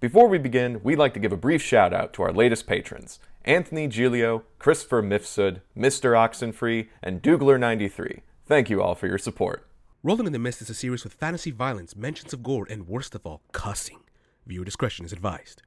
Before we begin, we'd like to give a brief shout out to our latest patrons Anthony Giglio, Christopher Mifsud, Mr. Oxenfree, and Doogler93. Thank you all for your support. Rolling in the Mist is a series with fantasy violence, mentions of gore, and worst of all, cussing. Viewer discretion is advised.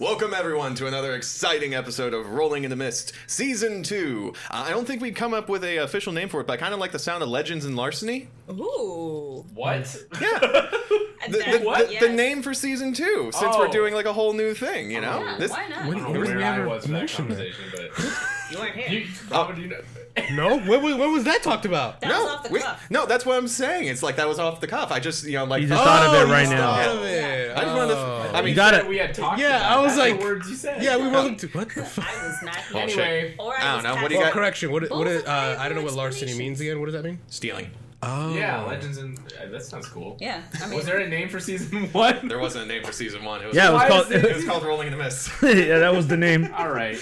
Welcome, everyone, to another exciting episode of Rolling in the Mist, Season 2. Uh, I don't think we'd come up with a official name for it, but I kind of like the sound of Legends and Larceny. Ooh. What? Yeah. The, That- the- What? the- yes. Oh, the name for Season 2, since we're Oh. doing like a whole new thing, you know? Yeah, This- why not? I When- don't It know was where I never was in that mentioned. conversation, but you weren't here. you, how would you know? No, when, when, when was that talked about? that was off the we- cuff. no, that's what I'm saying. It's like that was off the cuff. I just, you know, like oh, You just thought of it Oh, you right just now. Oh. thought Yeah. of it. I just wanted to. I You mean, got That it. we had talked. Yeah, about. I was That's the like- words you said. Yeah, we wasn't to. What the fuck? I was not here. Bullshit. Anyway, I Or I, don't was know, know. what do you Well, got- correction. What? What? Both It, of uh, them I don't know were what larceny explanations. means again. What does that mean? stealing. Oh, yeah, legends and uh, that sounds cool. Yeah. I mean, Was there a name for season one? There wasn't a name for season one. It was, Yeah, it was Why called. is it was called Rolling in the Mist. yeah, that was the name. All right.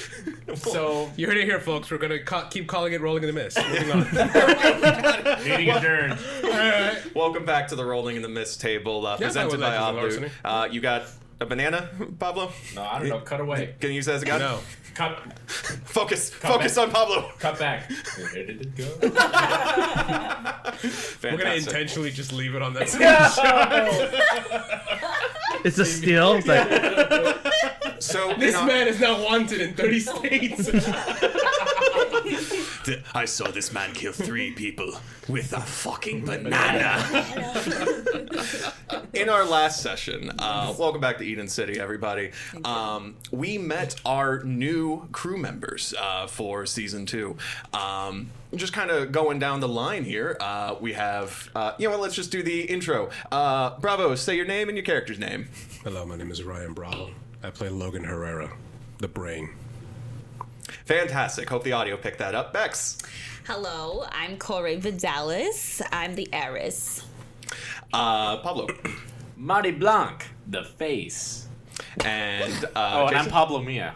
So You heard it here, folks. We're gonna ca- keep calling it "Rolling in the Mist." Moving on. meeting adjourned. Welcome back to the Rolling in the Mist table, uh, Yeah, I thought presented it was by actually Abu. larceny. Uh, you got a banana, Pablo? No, I don't know. Cut away. Can you use that as a guide? No. Cut. Focus. Focus on Pablo. Cut back. Where did it go? We're gonna Fantastic. intentionally just leave it on that. It's a steal. It's like, So you This know, man is now wanted in 30 states. th- I saw this man kill three people with a fucking banana. In our last session, uh, welcome back to Eden City, everybody. Um, we met our new crew members uh, for season two. Um, just kind of going down the line here, uh, we have, uh, you know what, let's just do the intro. Uh, bravo, say your name and your character's name. Hello, my name is Ryan Bravo. I play Logan Herrera, the brain. Fantastic. Hope the audio picked that up. Bex. Hello, I'm Corey Vidalis. I'm the heiress. Uh, Pablo. Marty Blanc, the face. And, uh, Oh, and Jason. I'm Pablo Mia.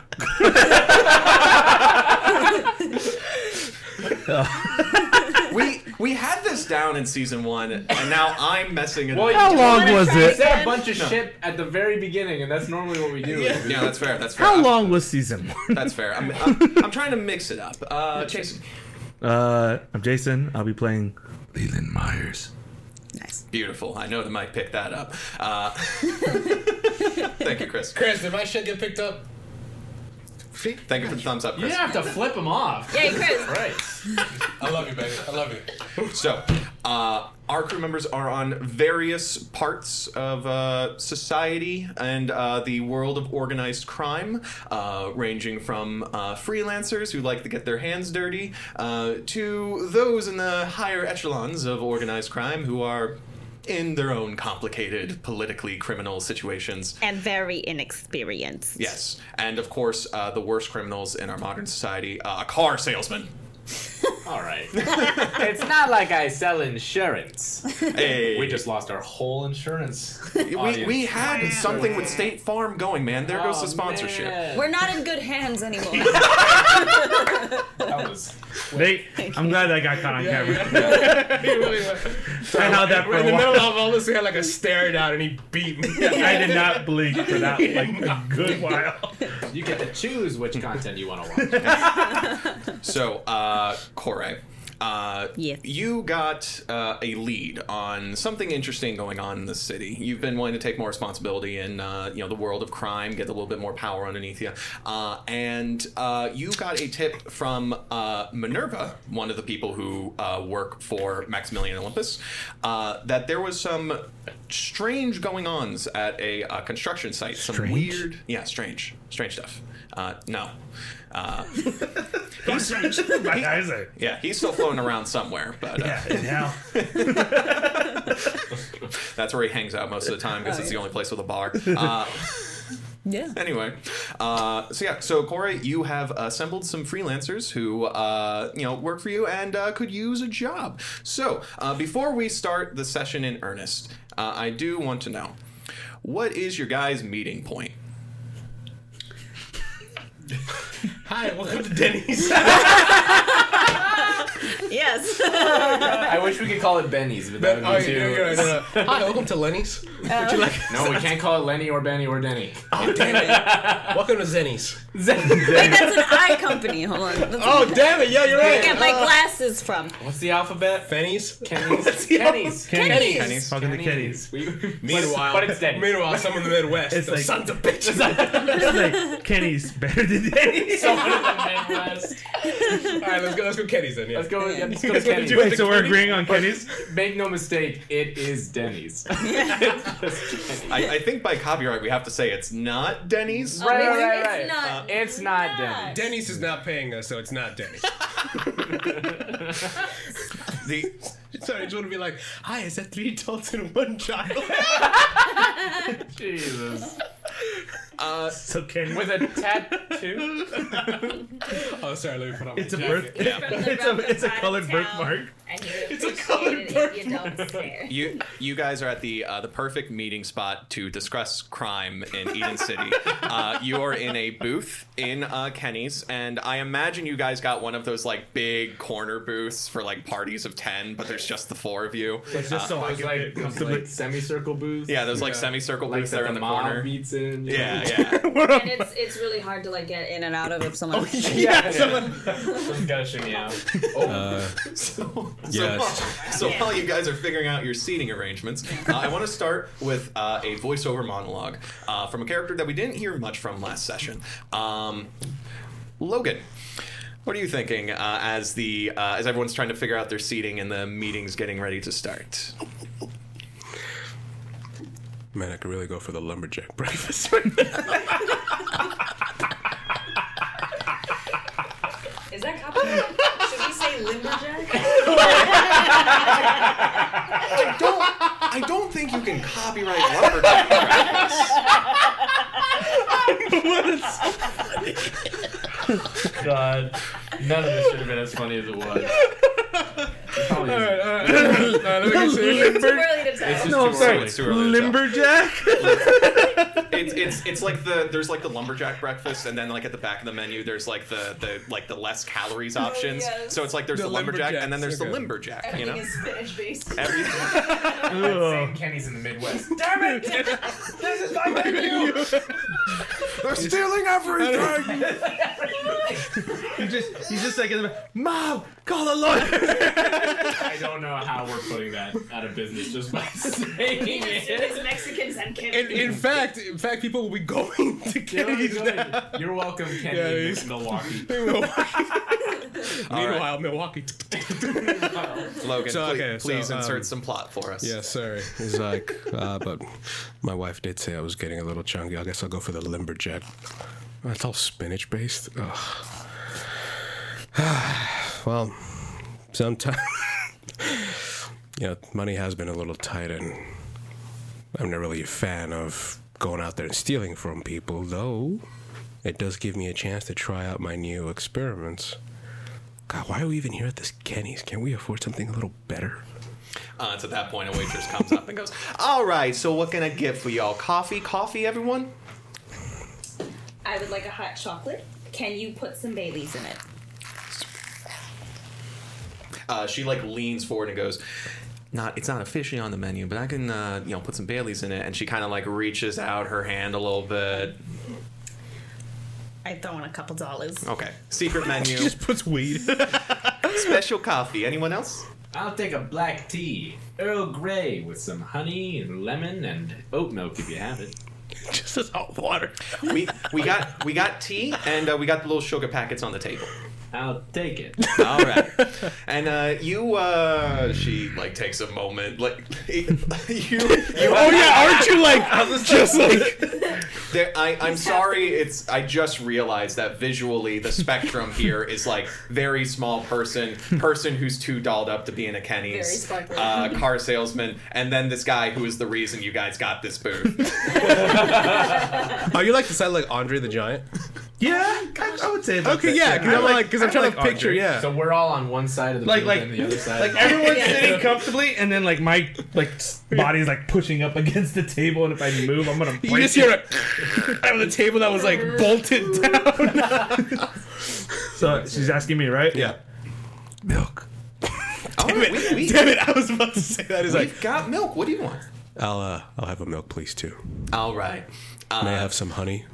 We we had this down in season one, and now I'm messing it Well, up. how long was You it? said a bunch of shit at the very beginning, and that's normally what we do. Yeah, that's fair. That's fair. How I'm- long was season one? That's fair. I'm, I'm, I'm trying to mix it up. Uh, Jason, Uh, I'm Jason. I'll be playing. Leland Myers. Nice. beautiful. I know the mic picked that up. Uh, thank you, Chris. Chris, did my shit get picked up? Thank you for the thumbs up, You Chris. didn't have to flip him off. Yay, Chris. Right. I love you, baby. I love you. So, uh, our crew members are on various parts of uh, society and uh, the world of organized crime, uh, ranging from uh, freelancers who like to get their hands dirty uh, to those in the higher echelons of organized crime who are in their own complicated, politically criminal situations. And very inexperienced. Yes, and of course, uh, the worst criminals in our modern society: uh, a car salesman. All right. it's not like I sell insurance. Hey. We just lost our whole insurance. We, we had something with State Farm going, man. There Oh, goes the sponsorship. We're not in good hands anymore. That was. They, I'm glad that got caught on camera. I I held that for In the a while. middle of all this, we had like a stare down, and he beat me. I did not blink for that like a good while. You get to choose which content you want to watch. So, uh, Corey, uh, Yeah. you got uh, a lead on something interesting going on in the city. You've been willing to take more responsibility in, uh, you know, the world of crime, get a little bit more power underneath you, uh, and uh, you got a tip from uh, Minerva, one of the people who uh, work for Maximilian Olympus, uh, that there was some strange going ons at a uh, construction site. Some Strange? weird, yeah, strange, strange stuff. Uh, no. Uh, My eyes are. yeah, he's still floating around somewhere, but uh, Yeah, and now. that's where he hangs out most of the time because it's the only place with a bar. Uh, Yeah. Anyway, uh, so yeah, so Corey, you have assembled some freelancers who uh, you know work for you and uh, could use a job. So uh, before we start the session in earnest, uh, I do want to know what is your guys' meeting point? Hi, welcome to Denny's. Yes. I wish we could call it Benny's, but that Oh, would be yeah, yeah, too. yeah, yeah. Hi, welcome to Lenny's. Would you like? No, we can't call it Lenny or Benny or Denny. Oh, damn it. welcome to Zenny's. Wait, that's an eye company. Hold on. That's Oh, damn it. Yeah, you're where I right. get my glasses from. What's the alphabet? Fenny's. Kenny's. Kenny's. Kenny's. Kenny's. Talking to kitties. We- Meanwhile, but it's Denny's. Meanwhile, someone in the Midwest. It's the like- sons of bitches. It's like, Kenny's better than Denny's. Someone in the Midwest. All right, let's go. Let's go, Kenny's then. Yeah. Let's go. Yeah, let's go to That's what we Kenny's. do. Wait, so we're agreeing on Kenny's? Make no mistake, it is Denny's. It's just Kenny's. I, I think by copyright we have to say it's not Denny's. Right, right, right, It's right. not- It's not Denny's. Denny's is not paying us, so it's not Denny's. The, Sorry, I just want to be like, hi, is that three adults and one child? Jesus. uh, So Kenny's. With a tattoo? oh, sorry, let me put on It's a my birth. jacket. Yeah. Uh, It's a it's a colored birthmark. It's a colored birthmark. you you guys are at the uh, the perfect meeting spot to discuss crime in Eden City. Uh, you are in a booth in uh, Kenny's, and I imagine you guys got one of those like big corner booths for like parties of ten, but there's just the four of you. It's just so I Those can like, get those, comfortably. like semicircle booths? Yeah, there's like semicircle Like booths there that in the mob corner. beats in. you Yeah, know? yeah. And it's it's really hard to like get in and out of if Oh, someone. Yeah, yeah. Someone's gotta shimmy out. So, Yes. so, while, so while you guys are figuring out your seating arrangements, uh, I want to start with uh, a voiceover monologue uh, from a character that we didn't hear much from last session. Um, Logan, what are you thinking uh, as the uh, as everyone's trying to figure out their seating and the meeting's getting ready to start? Man, I could really go for the lumberjack breakfast. Is that copyright? Should we say limberjack? I don't, I don't think you can copyright lumberjack practice. God, none of this should have been as funny as it was. Probably isn't. It's too early to It's tell. just No, too I'm sorry. early. It's too early to tell. Limberjack. it's it's it's like the there's like the lumberjack breakfast and then like at the back of the menu there's like the the like the less calories options yes. so it's like there's the, The lumberjack and then lumberjacks, there's the limberjack okay. you Everything know is spinach based. Every- Ugh. Kenny's in the Midwest. Damn it! they're stealing everything He just he's just like in the back, mom, call a lawyer. I don't know how we're putting that out of business just by He saying just it. is Mexicans and in, Canadians. in fact, in fact, people will be going to Kenny's now. You're welcome, Kenny. Yeah, he's- Milwaukee. Meanwhile, Milwaukee. logan So, please, okay, so, please insert um, some plot for us Yeah, sorry. He's like, uh, but my wife did say I was getting a little chunky. I guess I'll go for the lumberjack. That's all spinach based. Ugh. well, sometimes, you know, money has been a little tight, and I'm not really a fan of going out there and stealing from people, though. It does give me a chance to try out my new experiments. God, why are we even here at this Kenny's? Can we afford something a little better? uh, it's at that point a waitress comes up and goes all right so what can i get for y'all coffee coffee everyone I would like a hot chocolate. Can you put some Baileys in it? uh, she like leans forward and goes not it's not officially on the menu but i can uh, you know put some baileys in it and she kind of like reaches out her hand a little bit I throw in a couple dollars. okay secret menu puts weed. Special coffee. Anyone else? I'll take a black tea, Earl Grey, with some honey and lemon and oat milk if you have it. just as hot water. We we got we got tea and uh, we got the little sugar packets on the table. I'll take it. All right. And uh, you, uh, she like takes a moment, like you. you Oh yeah, aren't you like just like There, I, I'm sorry. It's I just realized that visually the spectrum here is like very small person, person who's too dolled up to be in a Kenny's, Very small uh, car salesman, and then this guy who is the reason you guys got this booth. Are Oh, you like the side like Andre the Giant? Yeah, I, I would say. about Okay, that, yeah, because I'm I like, because I'm I trying to like picture, Andre. yeah. So we're all on one side of the Like- booth like- and the other side. Like everyone's Yeah. sitting comfortably, and then like my like s- body's like pushing up against the table, and if I move, I'm gonna. Break you just hear it. a out of the table that was like bolted down. So she's asking me, right? yeah. Milk. All right, we, we, Damn it! I was about to say that. He's like, we've got milk. What do you want? I'll uh, I'll have a milk, please, too. All right. May I have some honey?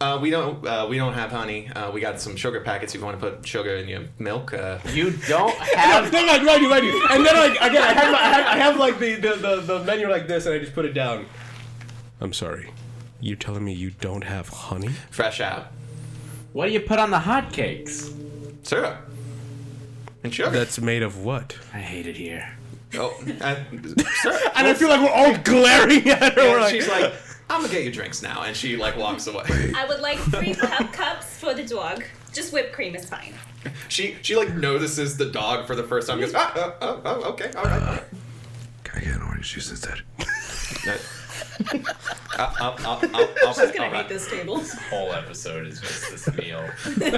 Uh, we don't uh, we don't have honey. Uh, we got some sugar packets. If you want to put sugar in your milk, uh, you don't have. No, like right, right. And then like again, I have, my, I have I have like the, the the the menu like this, and I just put it down. I'm sorry. You're telling me you don't have honey? fresh out What do you put on the hotcakes? syrup and sugar. That's made of what? I hate it here. oh, uh, syrup. And I feel like we're all glaring at her. And We're like, she's like, I'm gonna get you drinks now, and she like walks away. I would like three pup cups for the dog. Just whipped cream is fine. She she like notices the dog for the first time. Goes, ah, oh, oh, oh, okay, all right. all right." Can I get an orange juice instead? Uh, I'll, I'll, I'll, I'll, She's gonna all right. hate this table. Whole episode is just this meal. Li-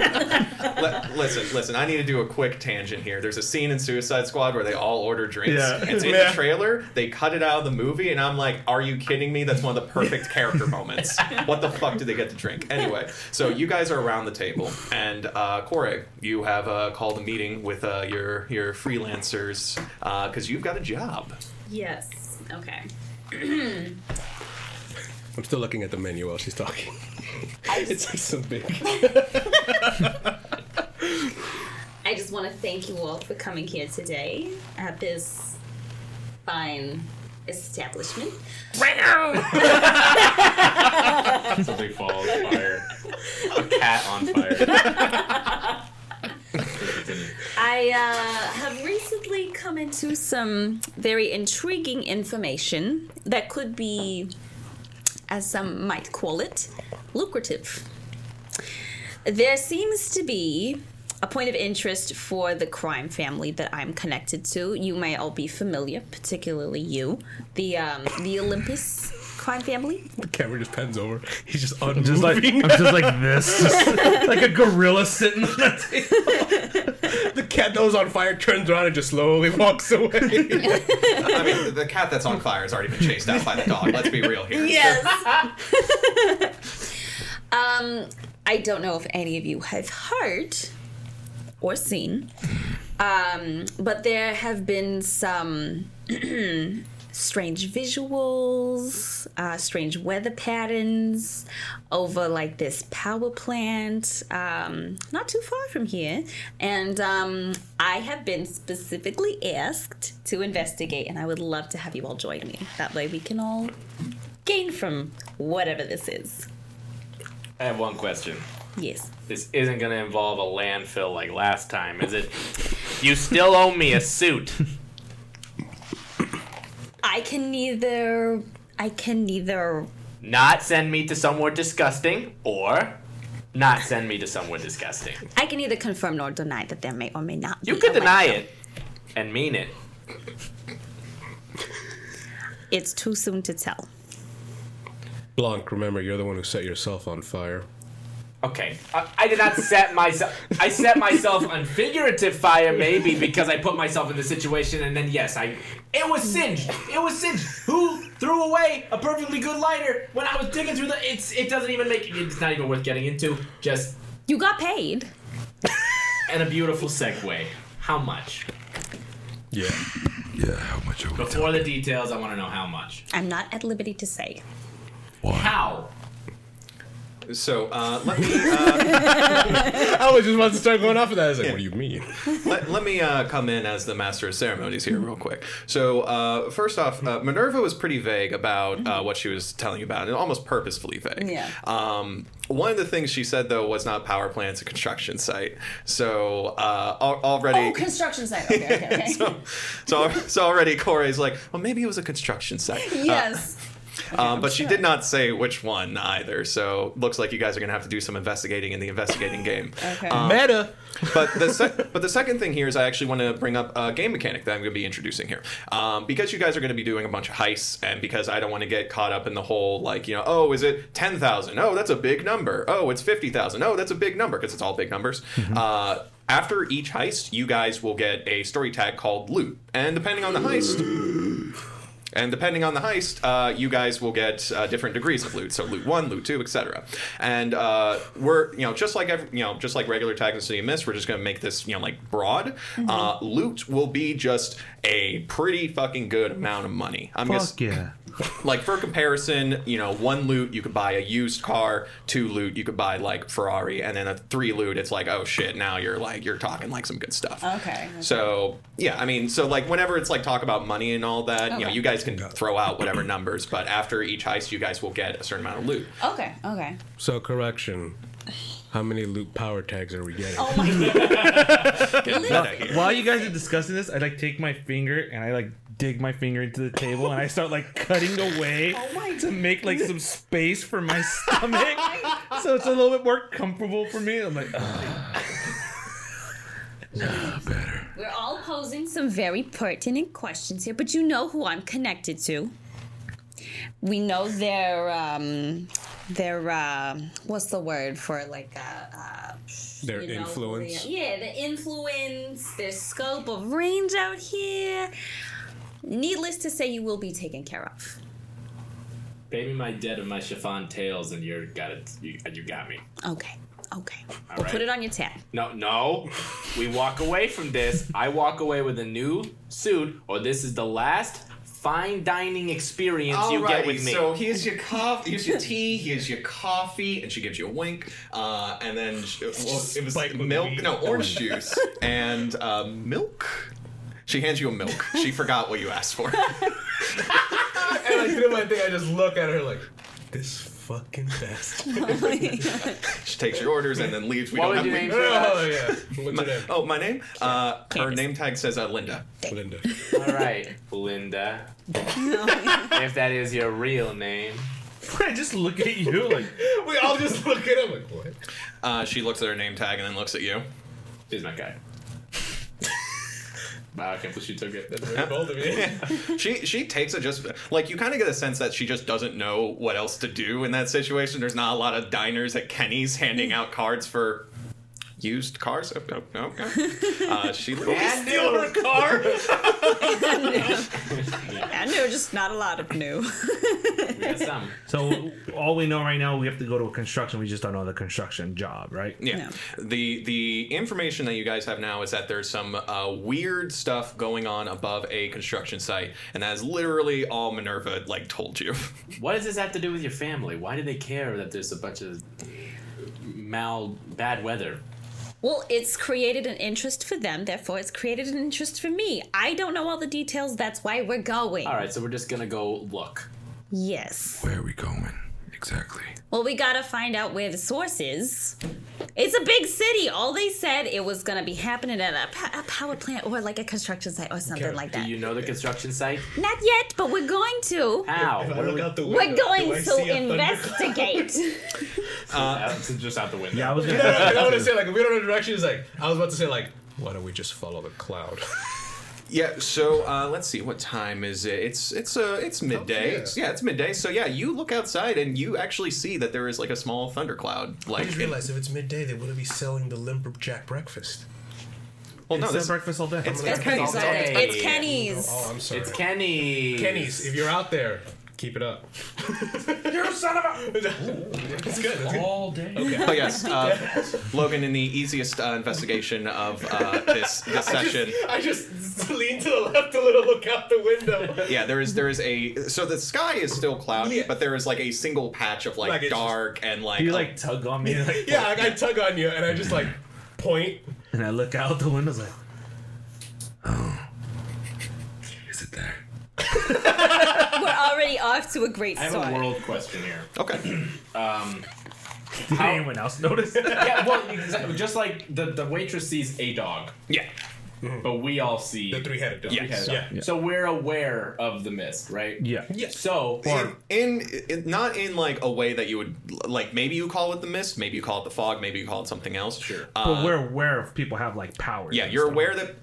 listen, listen. I need to do a quick tangent here. There's a scene in Suicide Squad where they all order drinks. Yeah. It's in Yeah. the trailer. They cut it out of the movie, and I'm like, "Are you kidding me? That's one of the perfect character moments. What the fuck do they get to drink?" Anyway, so you guys are around the table, and uh, Corey, you have uh, called a meeting with uh, your your freelancers because you've got a job. Yes. Okay. I'm still looking at the menu while she's talking. it's like so big. I just want to thank you all for coming here today at this fine establishment. Something falls, fire. A cat on fire. I uh, have recently come into some very intriguing information that could be, as some might call it, lucrative. There seems to be a point of interest for the crime family that I'm connected to. You may all be familiar, particularly you, the um, the Olympus crime family. The camera just pans over. He's just Just like unmoving. I'm just like this, just like a gorilla sitting. the cat that was on fire turns around and just slowly walks away. I mean, the cat that's on fire has already been chased out by the dog. Let's be real here. Yes. um, I don't know if any of you have heard or seen, um, but there have been some strange visuals, uh, strange weather patterns over like this power plant um, not too far from here. And um, I have been specifically asked to investigate, and I would love to have you all join me. That way we can all gain from whatever this is. I have one question. Yes. This isn't going to involve a landfill like last time, is it? You still owe me a suit. I can neither. I can neither. Not send me to somewhere disgusting, or not send me to somewhere disgusting. I can neither confirm nor deny that there may or may not. You be could a deny landfill. it and mean it. It's too soon to tell. Blanc, remember, you're the one who set yourself on fire. Okay, I, I did not set myself. I set myself on figurative fire, maybe because I put myself in the situation, and then yes, I. It was singed. It was singed. Who threw away a perfectly good lighter when I was digging through the? It's. It doesn't even make. It's not even worth getting into. Just You got paid. and a beautiful segue. How much? Yeah. Yeah, how much are we talking? Before the details, I want to know how much. I'm not at liberty to say. Why? How? So uh, let me uh, I was just about to start going off of that. I was like, Yeah. what do you mean? let, let me uh, come in as the master of ceremonies here, real quick. So uh, first off, uh, Minerva was pretty vague about uh, what she was telling you about, and almost purposefully vague. Mm-hmm. Yeah. Um, one of the things she said though was not power plants, a construction site. So uh, al- already. Oh, construction site. Okay, okay, okay. so, so, so already Corey's like, well, maybe it was a construction site. Uh, yes. um, but she did not say which one either. So looks like you guys are going to have to do some investigating in the investigating game. Um, Okay. Meta. But the sec- but the second thing here is I actually want to bring up a game mechanic that I'm going to be introducing here, um, because you guys are going to be doing a bunch of heists, and because I don't want to get caught up in the whole like you know oh is it ten thousand oh that's a big number oh it's fifty thousand oh that's a big number because it's all big numbers. Uh, after each heist, you guys will get a story tag called loot, and depending on the heist. And depending on the heist, uh, you guys will get uh, different degrees of loot. So loot one, loot two, etc. And uh, we're you know just like every, you know just like regular tag and city miss, we're just going to make this you know like broad. Mm-hmm. Uh, loot will be just a pretty fucking good amount of money. I'm just Fuck yeah. like for comparison, you know, one loot you could buy a used car, two loot you could buy like Ferrari, and then a three loot it's like oh shit now you're like you're talking like some good stuff. Okay. So yeah, I mean, so like whenever it's like talk about money and all that, you know, Okay. you guys can throw out whatever numbers, but after each heist, you guys will get a certain amount of loot. Okay. Okay. So correction. How many loot power tags are we getting? Oh my god. Get meta here. While you guys are discussing this, I like take my finger and I like dig my finger into the table and I start like cutting away Oh my to make like some space for my stomach, so it's a little bit more comfortable for me. I'm like, "Ugh." Better. We're all posing some very pertinent questions here, but you know who I'm connected to. We know their um, their uh, what's the word for like uh, uh, Their you know, influence. their- yeah, the influence, their scope of range out here. Needless to say, you will be taken care of. Baby my dead of my chiffon tails, and you're got it. You, you got me. Okay, okay. All we'll right. put it on your tab. No, no. We walk away from this. I walk away with a new suit, or this is the last fine dining experience you get with me. so here's your coffee, here's your tea, here's your coffee, and she gives you a wink, uh, and then she, well, it was like milk, no orange juice, and uh, milk. She hands you a milk. She forgot what you asked for. and I do my thing. I just look at her like, this fucking bastard. She takes your orders and then leaves. We What don't would have we- your name be? Oh, yeah. What's your name? Oh, my name. Uh, her Candace. name tag says uh, Linda. Linda. All right, Linda. if that is your real name. I just look at you like, We all just look at him like, what? Uh, she looks at her name tag and then looks at you. She's my guy. wow, I can't believe she took it. Very bold of you. She she takes it just like you kind of get a sense that she just doesn't know what else to do in that situation. There's not a lot of diners at Kenny's handing out cards for used cars. Oh, no, no, no. Uh, she And new. car. I knew, just not a lot of new. We got some. so all we know right now, we have to go to a construction. We just don't know the construction job, right? Yeah. The the information that you guys have now is that there's some uh, weird stuff going on above a construction site, and that is literally all Minerva like told you. What does this have to do with your family? Why do they care that there's a bunch of mal bad weather? Well, it's created an interest for them, therefore it's created an interest for me. I don't know all the details, that's why we're going. All right, so we're just gonna go look. Yes. Where are we going? Exactly. Well, we gotta find out where the source is. It's a big city. All they said it was gonna be happening at a, pa- a power plant or like a construction site or something like Do that. you know the construction site? Not yet, but we're going to. How? What are we- out the We're going to investigate. That's just out the window. Yeah, I was gonna. I want to say like if we don't know directions. Like I was about to say like why don't we just follow the cloud? Yeah, so uh, let's see. What time is it? It's it's uh, it's midday. yeah. It's- yeah. it's midday. So yeah, you look outside and you actually see that there is like a small thundercloud. I Like, just it- realized if it's midday, they wouldn't be selling the lumberjack breakfast. well, no, it's this, breakfast all day. it's Kenny's. all day. it's Kenny's. Oh, I'm sorry. It's Kenny. Kenny's. If you're out there, keep it up. you son of a. it's good. It's good. all day. Oh yes, uh, Logan. In the easiest uh, investigation of uh, this this session, I just lean to the left a little, look out the window. Yeah, there is there is a so the sky is still cloudy, Yeah. but there is like a single patch of like, Like, it's just- dark and like oh, a- You like tug on me, like, Yeah, like I tug on you and I just like point. and I look out the windows like, Is it there? We're already off to a great I have start. a world question here. okay. did anyone else notice? yeah, well, exa- just like the, the waitress sees a dog, Yeah. but we all see The three-headed dog. Yes. three-headed dog. Yeah. So we're aware of the mist, right? yeah. So In, in not in like a way that you would like maybe you call it the mist, maybe you call it the fog, maybe you call it something else. Uh, Sure. But we're aware of people have like powers. Yeah, and you're stuff. aware that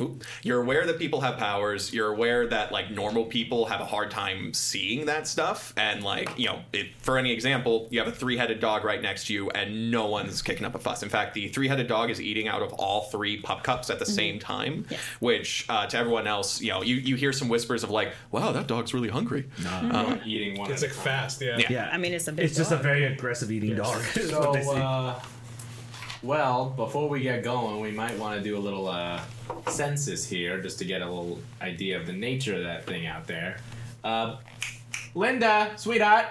oop, you're aware that people have powers. You're aware that like normal people have a hard time seeing that stuff. And like you know, if, for any example, you have a three-headed dog right next to you, and no one's kicking up a fuss. In fact, the three-headed dog is eating out of all three pup cups at the same time, which uh, to everyone else, you know, you, you hear some whispers of like, "Wow, that dog's really hungry." Uh, I'm eating one. It's at like a time. fast, yeah. Yeah. Yeah, I mean, it's a big it's just a dog. very aggressive eating dog. is what they So, say. uh, well, before we get going, we might want to do a little uh, census here just to get a little idea of the nature of that thing out there. Uh, Linda, sweetheart.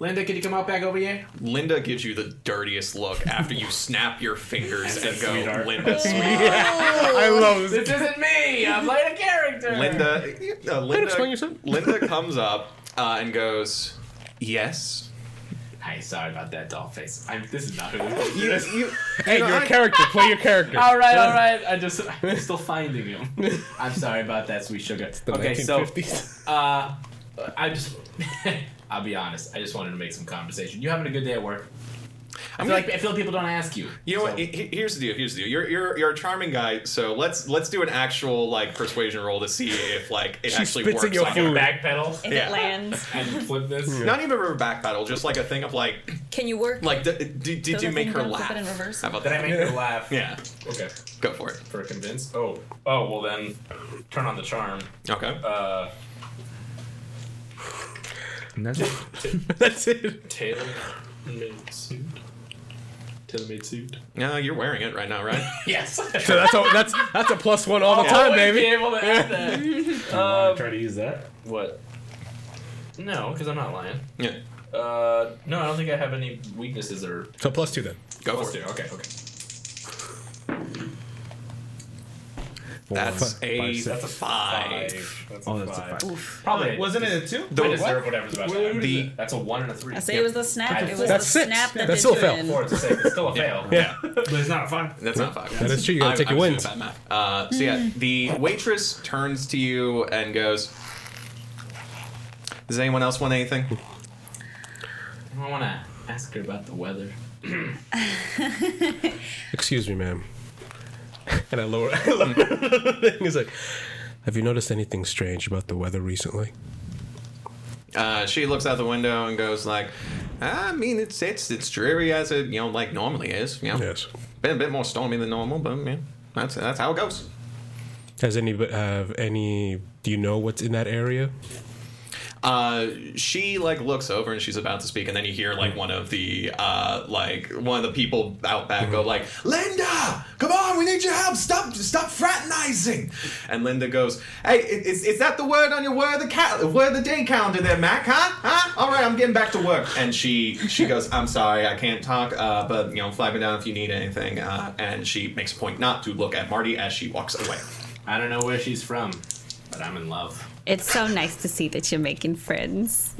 Linda, can you come out back over here? Linda gives you the dirtiest look after you snap your fingers and go, sweetheart. "Linda, sweetheart." I love This isn't me. I played a character. Linda, uh, explain Linda, yourself. Linda comes up uh, and goes, "Yes." Hey, sorry about that doll face. I'm, this is not who this is. Hey, you're a character. Play your character. All right, all right. I just, I'm still finding him. I'm sorry about that, sweet sugar. okay, so 1950s. Uh, I just, I'll be honest. I just wanted to make some conversation. You having a good day at work? I feel like I feel like people don't ask you. You know so- what? he- he- Here's the deal. Here's the deal. You're, you're you're a charming guy, so let's let's do an actual like persuasion roll to see if like it actually spits works. in your like, food. Backpedal If Yeah. it lands, and flip this. Not even a back battle, just like a thing of like can you work? like d- d- did the you make thing her down, flip laugh? it in reverse? How about Did that? I make her laugh? yeah, Okay. go for it. For convince. Oh. Oh well then, turn on the charm. Okay. Uh, That's it. That's it. tailor made suit. Tailor made suit. No, you're wearing it right now, right? Yes. So that's a, that's that's a plus one all the Oh, time, Always baby. Be able to add that. Wanna try to use that. What? No, because I'm not lying. yeah. Uh, no, I don't think I have any weaknesses or So plus two then. Go Plus for two. it. Okay, okay. That's Four, a five, six. five. That's Oh, that's a five. Probably Wasn't it a two? I deserve whatever's about Wait, to happen. what is The- That's a one and a three. I say it was the snap. It was That's the six. snap that That's did still a fail. you in. Four. It's a six. It's still a fail. Yeah, But it's not a five. That's not five. that is true. You gotta I- take I your was wins. doing bad math. Uh, so yeah, the waitress turns to you and goes, "Does anyone else want anything?" I want to ask her about the weather. Excuse me, ma'am. And I lower. I lower the thing. He's like, Have you noticed anything strange about the weather recently? Uh, she looks out the window and goes like, "I mean, it's it's it's dreary as it you know like normally is. You know, Yes. been a bit more stormy than normal, but yeah, that's that's how it goes." Has any have any? Do you know what's in that area? Uh, she like looks over and she's about to speak, and then you hear like one of the uh, like one of the people out back go like, "Linda, come on, we need your help. Stop, stop fraternizing." And Linda goes, "Hey, i- is, is that the word on your word of the cal- word of the day calendar there, Mac? Huh? Huh? All right, I'm getting back to work." And she she goes, "I'm sorry, I can't talk, uh, but you know, flag me down if you need anything." Uh, and she makes a point not to look at Marty as she walks away. I don't know where she's from, but I'm in love. It's so nice to see that you're making friends.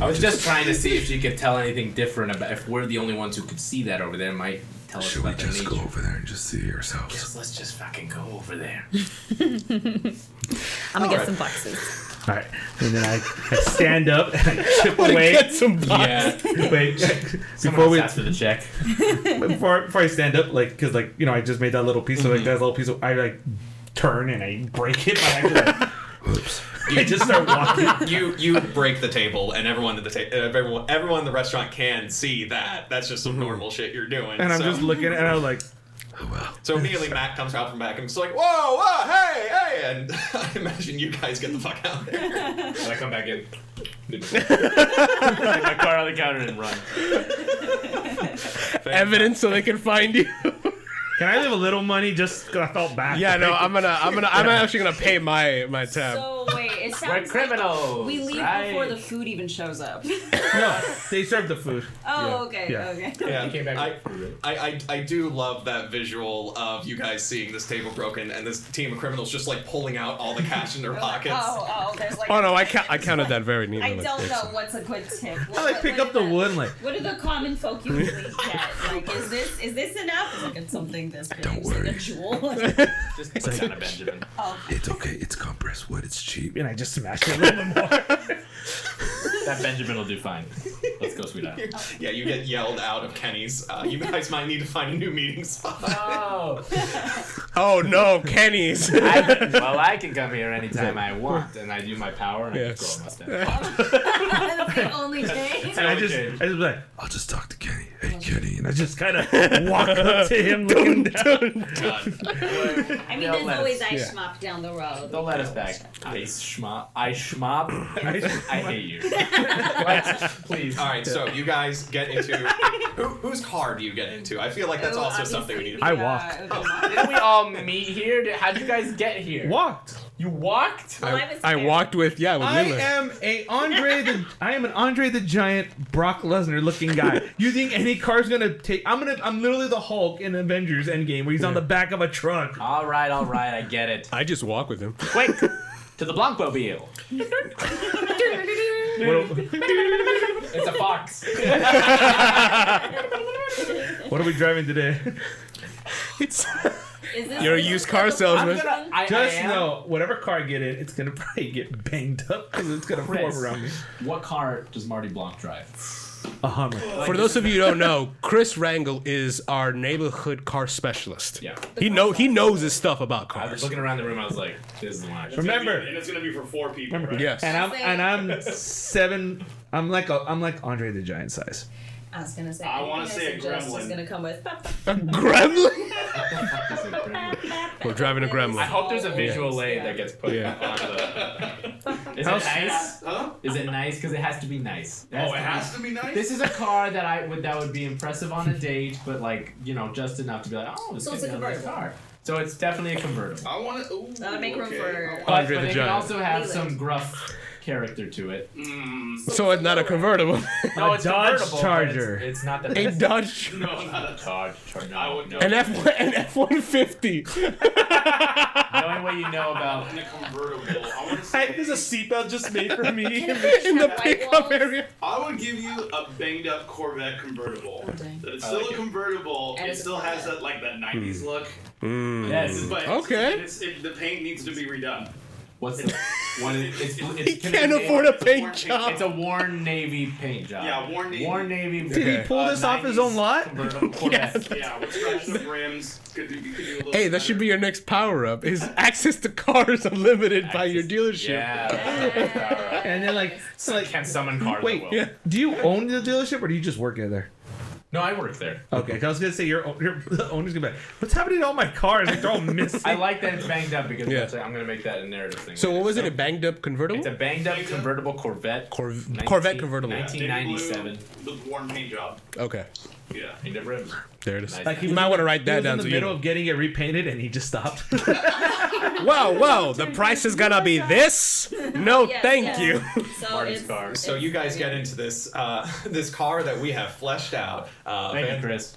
I was just trying to see if she could tell anything different about if we're the only ones who could see that over there. it Might tell us Should we about the just nature. go over there and just see ourselves? Just- Let's just fucking go over there. I'm gonna get right. some boxes. All right, and then I, I stand up and I chip away. some Yeah. Wait, Someone before we else asked for the check. before, before I stand up, like, cause like you know I just made that little piece, so like that little piece, of, I like turn and I break it. By accident. I just start walking. you you break the table, and everyone at the table, everyone everyone in the restaurant can see that. That's just some normal shit you're doing. Mm-hmm. And I'm so, just looking, and I'm like, so immediately Matt comes out from back and is like, "Whoa, whoa, hey, hey!" And I imagine you guys get the fuck out there. When I come back in, my car on the counter and run. evidence so they can find you. Can I leave a little money just because I felt bad? Yeah, no, I'm gonna, I'm gonna, I'm actually gonna pay my my tab. So wait, it sounds We're like criminals. we leave right? before the food even shows up. No, they served the food. Oh, okay, Yeah. okay. Yeah. came back I, with food, I, I, I do love that visual of you guys seeing this table broken and this team of criminals just like pulling out all the cash in their pockets. Oh, oh, there's like. Oh no, I ca- I counted that very neatly. I don't know what's a good tip. What, I like pick what up the is- wood and like What are the common folk usually get? Like, is this is this enough? Is it something this big? Don't worry. Like a jewel. Just put down a Benjamin. It's okay. It's compressed wood. It's cheap. and I just smashed it a little bit more. That Benjamin will do fine. Let's go, sweetheart. Yeah, you get yelled out of Kenny's. Uh, you guys might need to find a new meeting spot. Oh, Oh no, Kenny's. I, well, I can come here anytime I want, and I do my power and I Yes. just grow a mustache. That's the only change. And I just, I Okay. just was like, I'll just talk to Kenny. Hey, Kenny. And I I just just kind of walk up to him, looking down. I mean, Don't there's let always us- I yeah. schmop down the road. Don't let us back. I schmop. I schmop. I hate you. What? Please. All right, so you guys get into who, whose car do you get into? I feel like that's Oh, also obviously something we need. to I are- walked. we're not. Didn't we all meet here? Did- How'd you guys get here? Walked. You walked? Well, I, was I there. walked with yeah with I Lila. am a Andre the I am an Andre the Giant Brock Lesnar looking guy. You think any car's gonna take? I'm gonna I'm literally the Hulk in Avengers Endgame where he's on the back of a truck. All right, all right, I get it. I just walk with him. Quick! To the Blancmobile. What, It's a fox. what are we driving today? It's Is this you're a used car I'm salesman. gonna. I, Just I am- know whatever car I get in, it's gonna probably get banged up because it's gonna Chris. form around me. What car does Marty Blanc drive? A Hummer. For those of you who don't know, Chris Rangel is our neighborhood car specialist. Yeah. He know he knows his stuff about I was cars. looking around the room, I was like, this is the one I should- Remember, And it's gonna be for four people. Right? Yes. and I'm and I'm seven. I'm like a, I'm like Andre the Giant size. I was gonna say. I wanna anything say a suggest is gremlin. gonna come with. Gremlin. We're driving a gremlin. I hope there's a visual aid that gets put Yeah. on the. Is it How's- nice? Huh? Is it nice? Because it has to be nice. Oh, it has to be nice. This is a car that I would that would be impressive on a date, but like you know just enough to be like, oh, this So could it's a be another convertible. car. So it's definitely a convertible. I want to. That'll make room for- I Uh, want, But, Andre but the it Giant. can also have some Leland. gruff character to it. Mm. So it's not a convertible. No, A it's Dodge convertible, but it's- Charger. It's, not the a best. Dodge. no, not a Dodge Charger. I would no. know. An F an F one fifty. Knowing what you know about in a convertible. I want to say. a seatbelt just made for me. In the pickup area. I would give you a banged up Corvette convertible. dang. That it's I still like a it. convertible. And it it's a still has that like that '90s look. yes, Mm. But Hmm. Okay. It's, it, the paint needs to be redone. what's the what is it's, it's He can't Canadian. afford a Warm paint pink. job. It's a worn navy paint job. Yeah, worn navy. Worn navy. Did he Okay. pull Uh, this off his own 90s lot? convertible Corvette. Yeah, with scratched up rims. Could do, could do a little Hey, that should be better. your next power up. Is access to cars unlimited by your dealership? Yeah. And then like, so like, Can summon cars. wait, that will. Yeah. do you own the dealership or do you just work in there? No, I work there. Okay, 'cause I was gonna say your own- your the owner's gonna be like, what's happening to all my cars? Like, they're all missing. I like that it's banged up because Yeah. that's- I'm gonna make that a narrative thing. So what was it? A banged up convertible? It's a banged up convertible Corvette. Cor- 19 Corvette convertible. Yeah, navy 1997. blue With worn paint job. Okay, Yeah. Need a rim. there it is. Nice. Like, he You was might in- want to write he that was down. in so the you middle know. of getting it repainted, and he just stopped. Wow, wow, the price is gonna be this? No, Yes, thank yes. you. So Marty's it's, car. So you guys get into this uh, this car that we have fleshed out. Uh, Thank you, Van- Chris.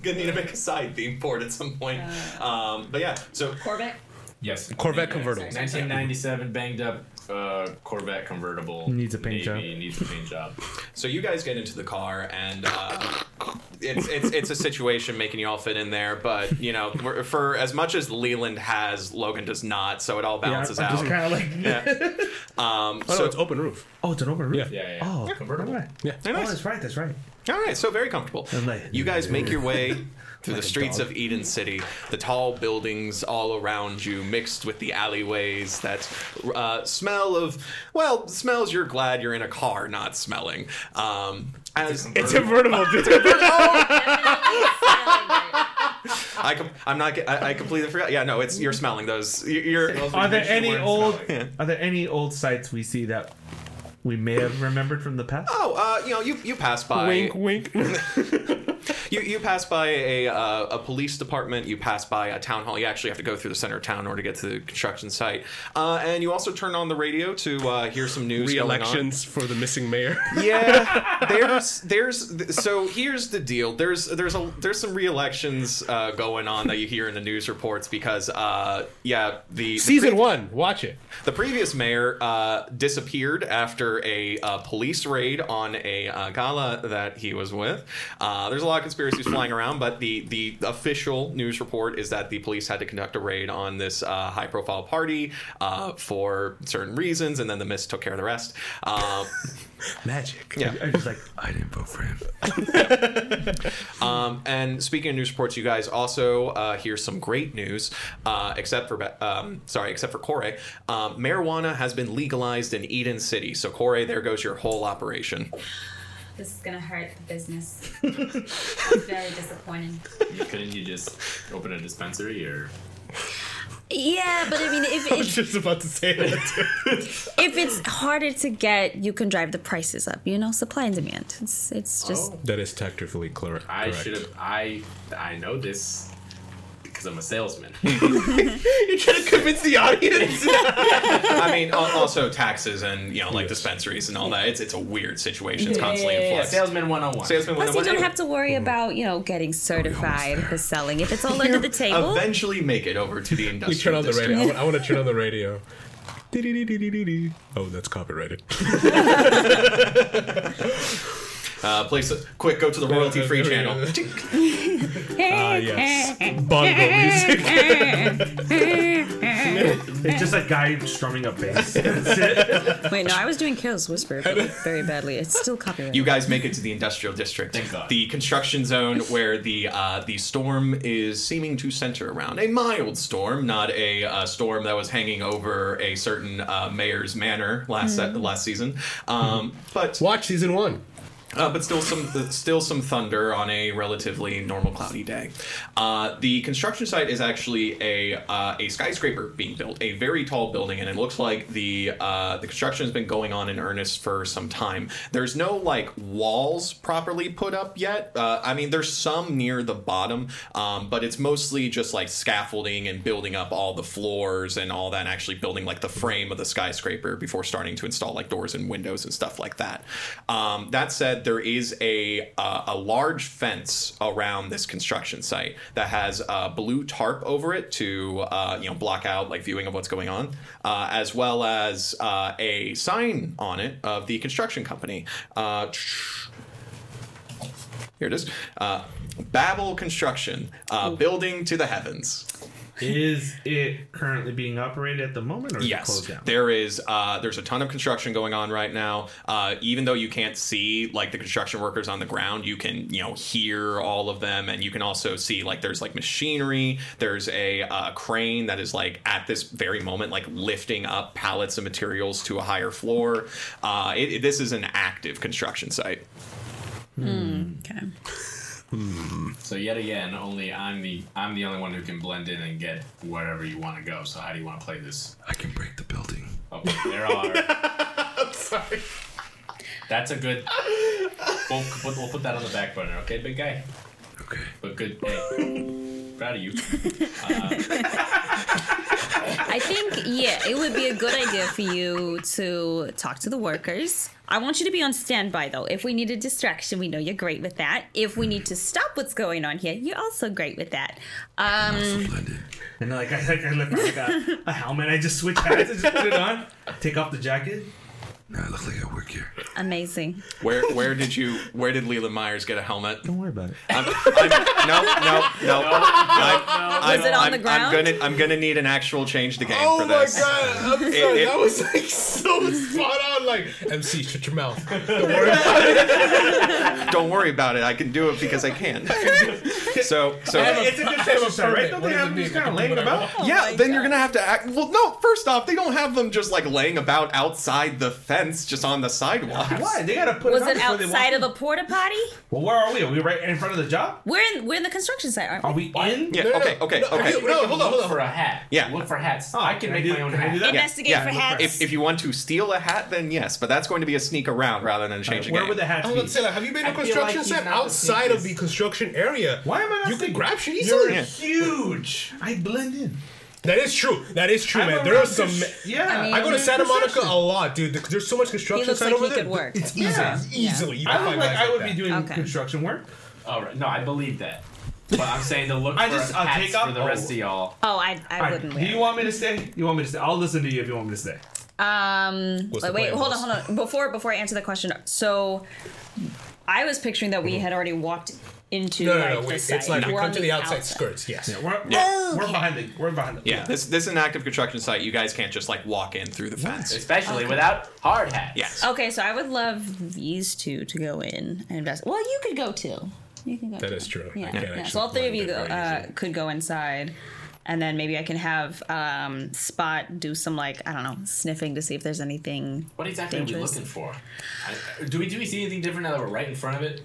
Gonna need to make a side theme for it at some point. Uh. Um, but yeah, so Corvette. Yes. Corvette convertible. 1997 banged up uh, Corvette convertible. Needs a paint Navy, job. Needs a paint job. so you guys get into the car and. Uh, it's, it's it's a situation making you all fit in there, but you know, for, for as much as Leland has, Logan does not, so it all I'm balances just kind of like, out. Yeah. Um, Oh, so no, it's open roof. oh, it's an open roof. Yeah, yeah. Oh, convertible. All right. Yeah, Oh, that's right. That's right. All right, so very comfortable. And like- You guys make your way through the streets of Eden City, the tall buildings all around you, mixed with the alleyways that uh, smell of, well, smells you're glad you're in a car, not smelling. Um, as It's a vertical. It's a vertical. Oh. I, com- I'm not, ge- I, I completely forgot. Yeah, no, it's you're smelling those. you- You're, Are there any weren't old? smelling. Are there any old sites we see that we may have remembered from the past? oh, uh, you know, you you pass by. wink, wink. You you pass by a uh, a police department. You pass by a town hall. You actually have to go through the center of town in order to get to the construction site. Uh, and you also turn on the radio to uh, hear some news. going on. Re-elections for the missing mayor. Yeah, there's there's so here's the deal. There's there's a there's some re-elections uh, going on that you hear in the news reports because uh, yeah the Season the, one, watch it. the previous mayor uh, disappeared after a uh, police raid on a uh, gala that he was with. Uh, there's a lot of conspiracies flying around, but the the official news report is that the police had to conduct a raid on this uh, high profile party uh, for certain reasons, and then the mist took care of the rest. Uh, Magic. yeah. I'm just like, I didn't vote for him. Um, and speaking of news reports, you guys also uh, hear some great news. Uh, except for Be- um, sorry, except for Corey, um, marijuana has been legalized in Eden City. So Corey, there goes your whole operation. This is gonna hurt the business. it's very disappointing. Couldn't you just open a dispensary or? Yeah, but I mean, if I was it's, just about to say that. if it's harder to get, you can drive the prices up. You know, supply and demand. It's it's just That is technically clear. I correct. should have. I I know this because I'm a salesman. You're trying to convince the audience. I mean, al- also taxes and you know like dispensaries and all that. It's it's a weird situation. It's constantly in flux. salesman 101. Salesman Plus, you 101. don't have to worry Mm-hmm. about you know getting certified for selling. If it's all under the table, Eventually, make it over to the industrial. We turn on the district. radio. I want, I want to turn on the radio. Dee-dee-dee-dee-dee-dee. Oh, that's copyrighted. Uh, place it quick. Go to the royalty free there we channel. go. Ah, yes. Bongo music. it's just a guy strumming a bass. That's it. wait, no, I was doing Carol's Whisper but, like, very badly. It's still copyrighted. You guys make it to the industrial district, Thank God. the construction zone where the uh, the storm is seeming to center around. A mild storm, not a uh, storm that was hanging over a certain uh, mayor's manor last Mm-hmm. se- last season, um, but Watch season one. uh, but still some still some thunder on a relatively normal cloudy day. Uh, the construction site is actually a uh, a skyscraper being built, a very tall building, and it looks like the uh, the construction has been going on in earnest for some time. There's no like walls properly put up yet. Uh, I mean, there's some near the bottom, um, but it's mostly just like scaffolding and building up all the floors and all that, and actually building like the frame of the skyscraper before starting to install like doors and windows and stuff like that. Um, that said, there is a uh, a large fence around this construction site that has uh, blue tarp over it to uh, you know block out like viewing of what's going on, uh, as well as uh, a sign on it of the construction company. Uh, here it is. Uh, Babel Construction, uh, building to the heavens. Is it currently being operated at the moment or is it Yes, closed down? there is. Uh, there's a ton of construction going on right now. Uh, even though you can't see like the construction workers on the ground, you can you know hear all of them, and you can also see like there's like machinery. There's a uh, crane that is like at this very moment like lifting up pallets of materials to a higher floor. Uh, it, it- this is an active construction site. okay. So yet again, only I'm the I'm the only one who can blend in and get wherever you want to go. So how do you want to play this? I can break the building. Oh, there are. Sorry. That's a good. We'll, we'll, we'll put that on the back burner, okay, big guy. Okay. But good. Hey, proud of you. I think, yeah, it would be a good idea for you to talk to the workers. I want you to be on standby, though. If we need a distraction, we know you're great with that. If we need to stop what's going on here, you're also great with that. Um, So blended. And like I, like, I left my, like a, a helmet. I just switch hats. I just put it on. Take off the jacket. Now I look like I work here. amazing. Where where did you where did Leland Myers get a helmet? Don't worry about it. I'm, I'm, no, no, no. I'm, Was it on I'm, the I'm ground? gonna, I'm gonna need an actual change the game Oh for my this. god, I'm sorry. it- that was like so spot on. Like, MC, shut your mouth. Don't worry about it. I can do it because I can. So, so it's a good sandwich, sir, right? Don't they have them just kind of laying about? Oh Oh yeah, then you're gonna have to act. Well, no. First off, they don't have them just like laying about outside the fence, just on the sidewalk. Why? They gotta put Was it, it out before they walk outside of a porta potty? Well, where are we? Are we right in front of the job? We're in we're in the construction site, aren't we? Oh, Are we in? Yeah. okay. Okay. no, okay. you- We no, can hold look on, hold on. for a hat. Yeah. Look for hats. I can, make my own Can Oh, I do hat. that? Yeah, Investigate for hats. If, if you want to steal a hat, then yes, but that's going to be a sneak around rather than a change Where of would the game. hats I be? was gonna say, like, have you been I to feel like construction he's site not the outside of the safest. construction area? Why am I not You can thinking- grab shit You're easily. huge. I blend in. That is true. That is true, I'm man. a There are some. rocket sh- yeah. I mean- I go to Santa Monica Construction. a lot, dude. because There's so much construction He looks site like over he there. could work. It's Yeah. easy. Easily. You I can look find like guys I would that. be doing Okay. construction work. All right. No, I believe that. But I'm saying to look I for just- I'll hats take off- for the rest of y'all. Oh, I, I All right. wouldn't Do wear. you want me to stay? You want me to stay? I'll listen to you if you want me to stay. Um, What's the wait, wait, plan, hold on, boss? hold on. Before before I answer the question, so I was picturing that we had already walked into Mm-hmm. No, like no, no. the Wait. site. It's like we We're come on to the outside skirts. Yes. Yeah, we're, Yeah. we're Okay. behind the we're behind the Yeah, this this is an active construction site. You guys can't just like walk in through the fence. Especially without hard hats. Yes. Okay, so I would love these two to go in and invest. Well, you could go too. You can go. That too. is true. I Yeah. can yeah. actually So all three of blend you in go, very uh, easily. could go inside, and then maybe I can have um, Spot do some like I don't know sniffing to see if there's anything. What exactly are we Dangerous. looking for? I- do we do we see anything different now that we're right in front of it?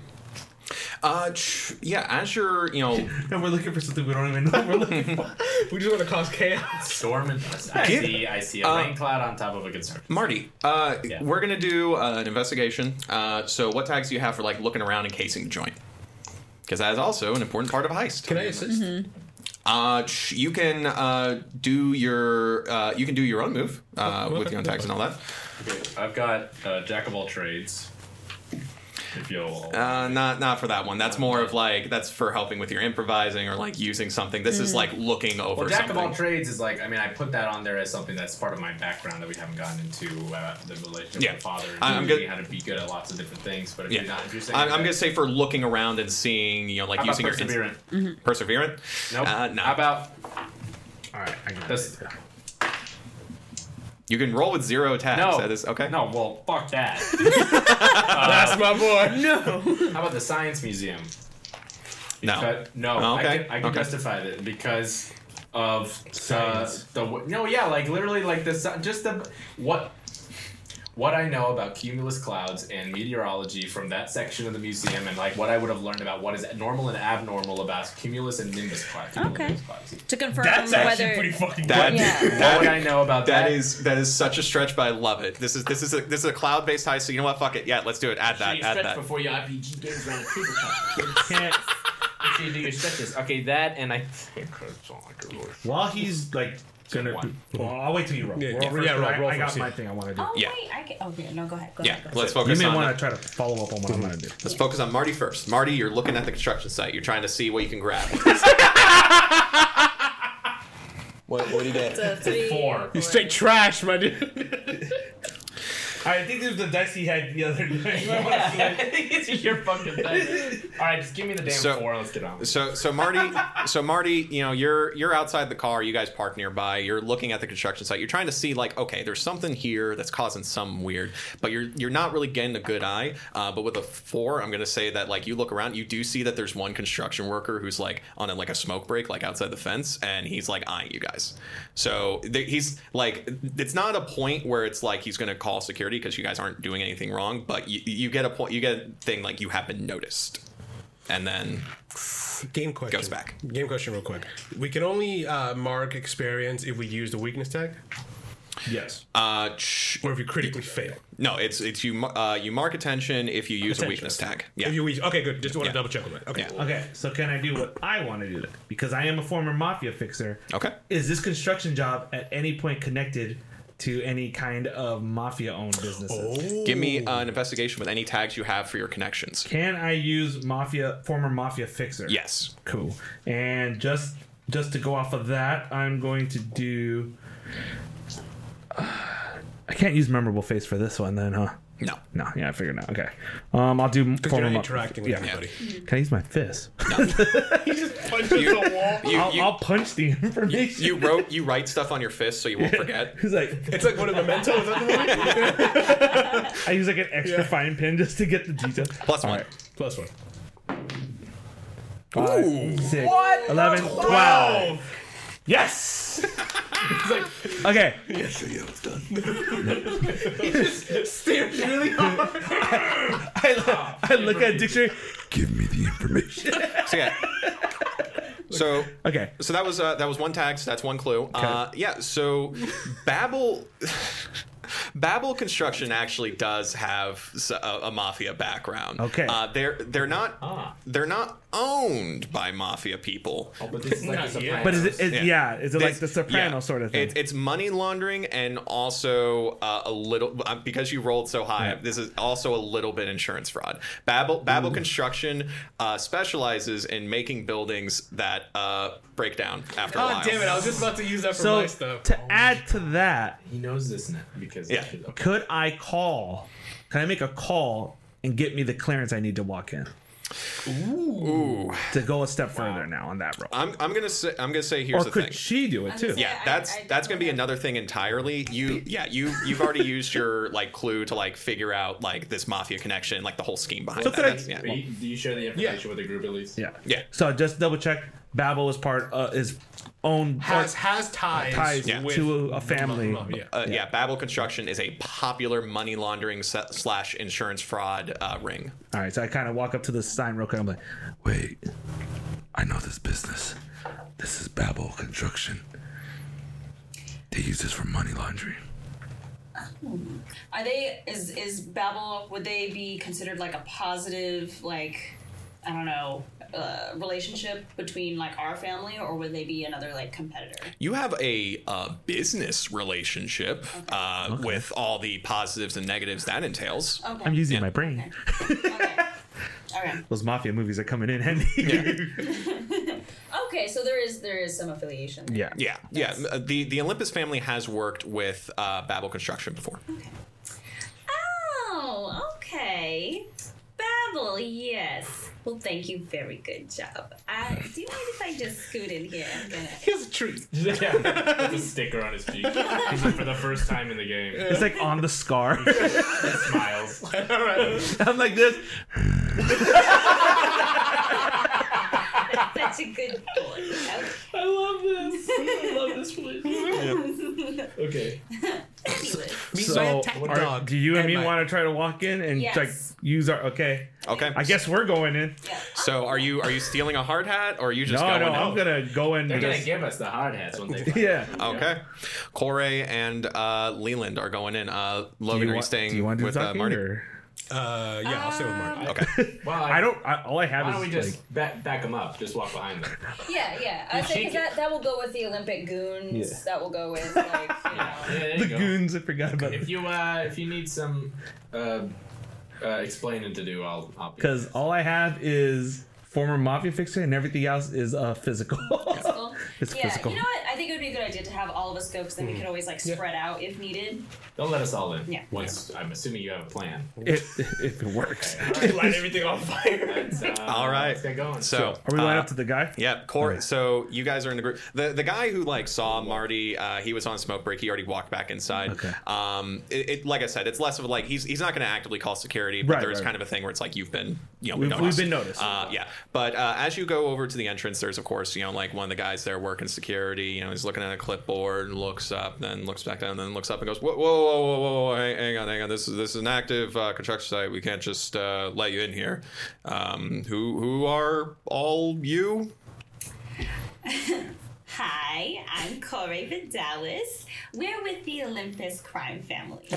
Uh, tr- yeah, as you're, you know, And we're looking for something we don't even know we're looking for. We just want to cause chaos. Storm and I Give- see I see a uh, rain cloud on top of a construction. Marty, uh, Yeah. we're gonna do uh, an investigation. Uh, so what tags do you have for like looking around and casing the joint? Because that is also an important part of a heist. Can I assist? Uh, sh- you can uh, do your uh, you can do your own move uh, Oh, with your own tags and all that. Okay, I've got uh, jack of all trades. If you'll Uh, not not for that one. That's more of like that's for helping with your improvising or like using something. This is like looking over Well, jack something. of all trades is like I mean I put that on there as something that's part of my background that we haven't gotten into uh, the relationship Yeah. with father and I'm teaching me good- how to be good at lots of different things. But if yeah, you're not, if you're saying I'm, I'm that- gonna say for looking around and seeing, you know, like how about using your perseverant. ins- Uh, perseverant. Nope. Uh, no. How about All right, I got That's- it. you can roll with zero tags. no? That is okay. No, well, fuck that. Uh, That's my boy. How about the science museum? No. Because- no. Oh, okay, I can, I can okay. justify that because of Science. the, the w- no, yeah, like literally, like the sci- just the what what I know about cumulus clouds and meteorology from that section of the museum, and like what I would have learned about what is normal and abnormal about cumulus and nimbus clouds. cumulus Okay. nimbus clouds. To confirm That's actually whether pretty fucking That, good. Yeah. that- What would I know about that? that is that is such a stretch, but I love it. This is this is a this is a cloud based heist. So you know what? Fuck it. Yeah, let's do it. Add that. you add stretch that. before your RPG games around a table top. So you do your stretches. Okay, that and I. While he's like gonna, One. well, I'll wait till you roll. Yeah, roll yeah, first, yeah, but roll- I, roll I got first, my yeah. thing I want to do. Oh Yeah. wait, I can. Oh yeah, no, go ahead. Go Yeah, ahead. Go let's You focus may on. want to try to follow up on what I'm gonna do. Let's focus on Marty first. Marty, you're looking at the construction site. You're trying to see what you can grab. what what do you get? So three, Four. You straight trash, my dude. I think there's the dice he had the other night. it's your fucking thing. All right, just give me the damn So- four. Let's get on. So so Marty so Marty, you know, you're you're outside the car, you guys park nearby, you're looking at the construction site, you're trying to see like, okay, there's something here that's causing something weird, but you're you're not really getting a good eye. Uh, but with a four, I'm gonna say that like you look around, you do see that there's one construction worker who's like on a, like a smoke break, like outside the fence, and he's like eyeing you guys. So th- he's like, it's not a point where it's like he's gonna call security because you guys aren't doing anything wrong, but you, you get a point, you get a thing like you have been noticed, and then Game question. Goes back. Game question, real quick. We can only uh, mark experience if we use the weakness tag, yes. uh. sh- or if we critically fail. No, it's it's you. mar- Uh, you mark attention if you use a Attention. weakness tag. Yeah. If you Uh, we- okay, good. Just want Yeah. to double check on that. Okay. Yeah. Okay, so can I do what I want to do then? Because I am a former mafia fixer. okay. Is this construction job at any point connected to any kind of mafia-owned businesses? Oh. Give me uh, an investigation with any tags you have for your connections. Can I use mafia former mafia fixer? Yes. Cool. And just just to go off of that, I'm going to do. I can't use memorable face for this one then, huh? No. No, yeah, I figured out. Okay, um, I'll do Because you're former not ma- interacting with yeah. anybody. Can I use my fist? Punches the wall. You I'll, you, I'll punch the information. you wrote you write stuff on your fist so you won't forget. He's like, It's like one of the mementos. I use like an extra fine pin just to get the details. Plus one. Plus one. five, six, 11, 12. Yes! okay. I'll show you how it's done. he just stares really hard. I, I look at a dictionary. Give me the information. So yeah. So Okay. so that was uh, that was one tag. So that's one clue. Uh, yeah. So Babel. Babel Construction actually does have s- a, a mafia background. Okay. uh, they're they're not Ah. they're not owned by mafia people. Oh, But this is like Not the yet. But is it, it- Yeah. yeah. is it Oh, like the It's- soprano yeah. sort of thing? It, it's money laundering and also uh, a little uh, because you rolled so high. This is also a little bit insurance fraud. Babel Babel Construction uh, specializes in making buildings that uh, break down after a God while. Ah, damn it! I was just about to use that for so my stuff. to add to that, He knows this now because Yeah. okay. could I call? Can I make a call and get me the clearance I need to walk in? Ooh, To go a step further now on that roll. I'm, I'm gonna say I'm gonna say or here's the could thing. she do it too? Understand. yeah, I- that's I that's gonna be don't know. another thing entirely. You yeah you you've already used your like clue to like figure out like this mafia connection, like the whole scheme behind So that. could I- That's- yeah. But you, do you share the information with the group at least? Yeah. Yeah. So just double check. Babel is part uh, is own has or has ties, ties yeah. with to a, a family. Mom, yeah. Uh, yeah. Babel Construction is a popular money laundering se- slash insurance fraud uh, ring. All right, so I kind of walk up to the sign real quick. I'm like, Wait, I know this business. This is Babel Construction. They use this for money laundering. Are they is is Babel? Would they be considered like a positive like I don't know uh, relationship between like our family, or would they be another like competitor? You have a uh, business relationship uh, with all the positives and negatives that entails. Oh, Okay. I'm using my brain. okay. Okay. Those mafia movies are coming in handy. Okay. So there is there is some affiliation. There. yeah. Yeah, yeah. m- uh, The the Olympus family has worked with uh, Babel Construction before. Oh, okay. Babble, yes. Well, thank you. Very good job. I, do you mind if I just scoot in here? I'm gonna- Here's a treat. Yeah. With a sticker on his cheek for the first time in the game. It's like on the scar. He smiles. All right. I'm like this. That's a good boy. Okay. I love this. I love this place. Okay. Anyway. Me So, are- do you and me want to try to walk in and Yes. like use our? Okay, Okay. I guess we're going in. So are you are you stealing a hard hat or are you just no, going? no, in? I'm gonna go in. They're and gonna just, give us the hard hats when they. yeah. Okay. Corey and uh, Leland are going in. Uh, Logan, are you want- staying do Oh, you want to do with uh, talking, Marty? or- Uh, yeah, I'll stay with Marty. Okay. Well, I don't. I, all I have Why is don't we just like, back back them up? Just walk behind them. Yeah, yeah. I shake think 'cause that that will go with the Olympic goons. Yeah. That will go with like you know. Yeah, there you the go. goons. I forgot about If it. you uh, if you need some uh, uh, explaining to do, I'll I'll be. Because all I have is former mafia fixer, and everything else is uh, physical. Physical. It's yeah, physical. you know what? I think it would be a good idea to have all of us go because then we could always like spread out if needed. They'll let us all in. Yeah. Once I'm assuming you have a plan. if, if it works. Light everything on fire. That's, uh, All right. Let's get going. So Are we lined uh, up to the guy? Yep, Corey. So you guys are in the group. The the guy who like saw Marty, uh, he was on smoke break. He already walked back inside. Okay. Um, it, it like I said, it's less of like he's he's not going to actively call security, but Right, there's right. kind of a thing where it's like you've been you know We've- we've been noticed. Uh, yeah, but uh, as you go over to the entrance, there's of course you know like one of the guys there working security. You know he's looking at a clipboard and looks up, then looks back down, then looks up and goes, whoa, whoa, whoa, whoa, whoa, whoa hang, hang on, hang on. This is this is an active uh, construction site. We can't just uh, let you in here. Um, who who are all you? Hi, I'm Corey Vidalis. We're with the Olympus crime family.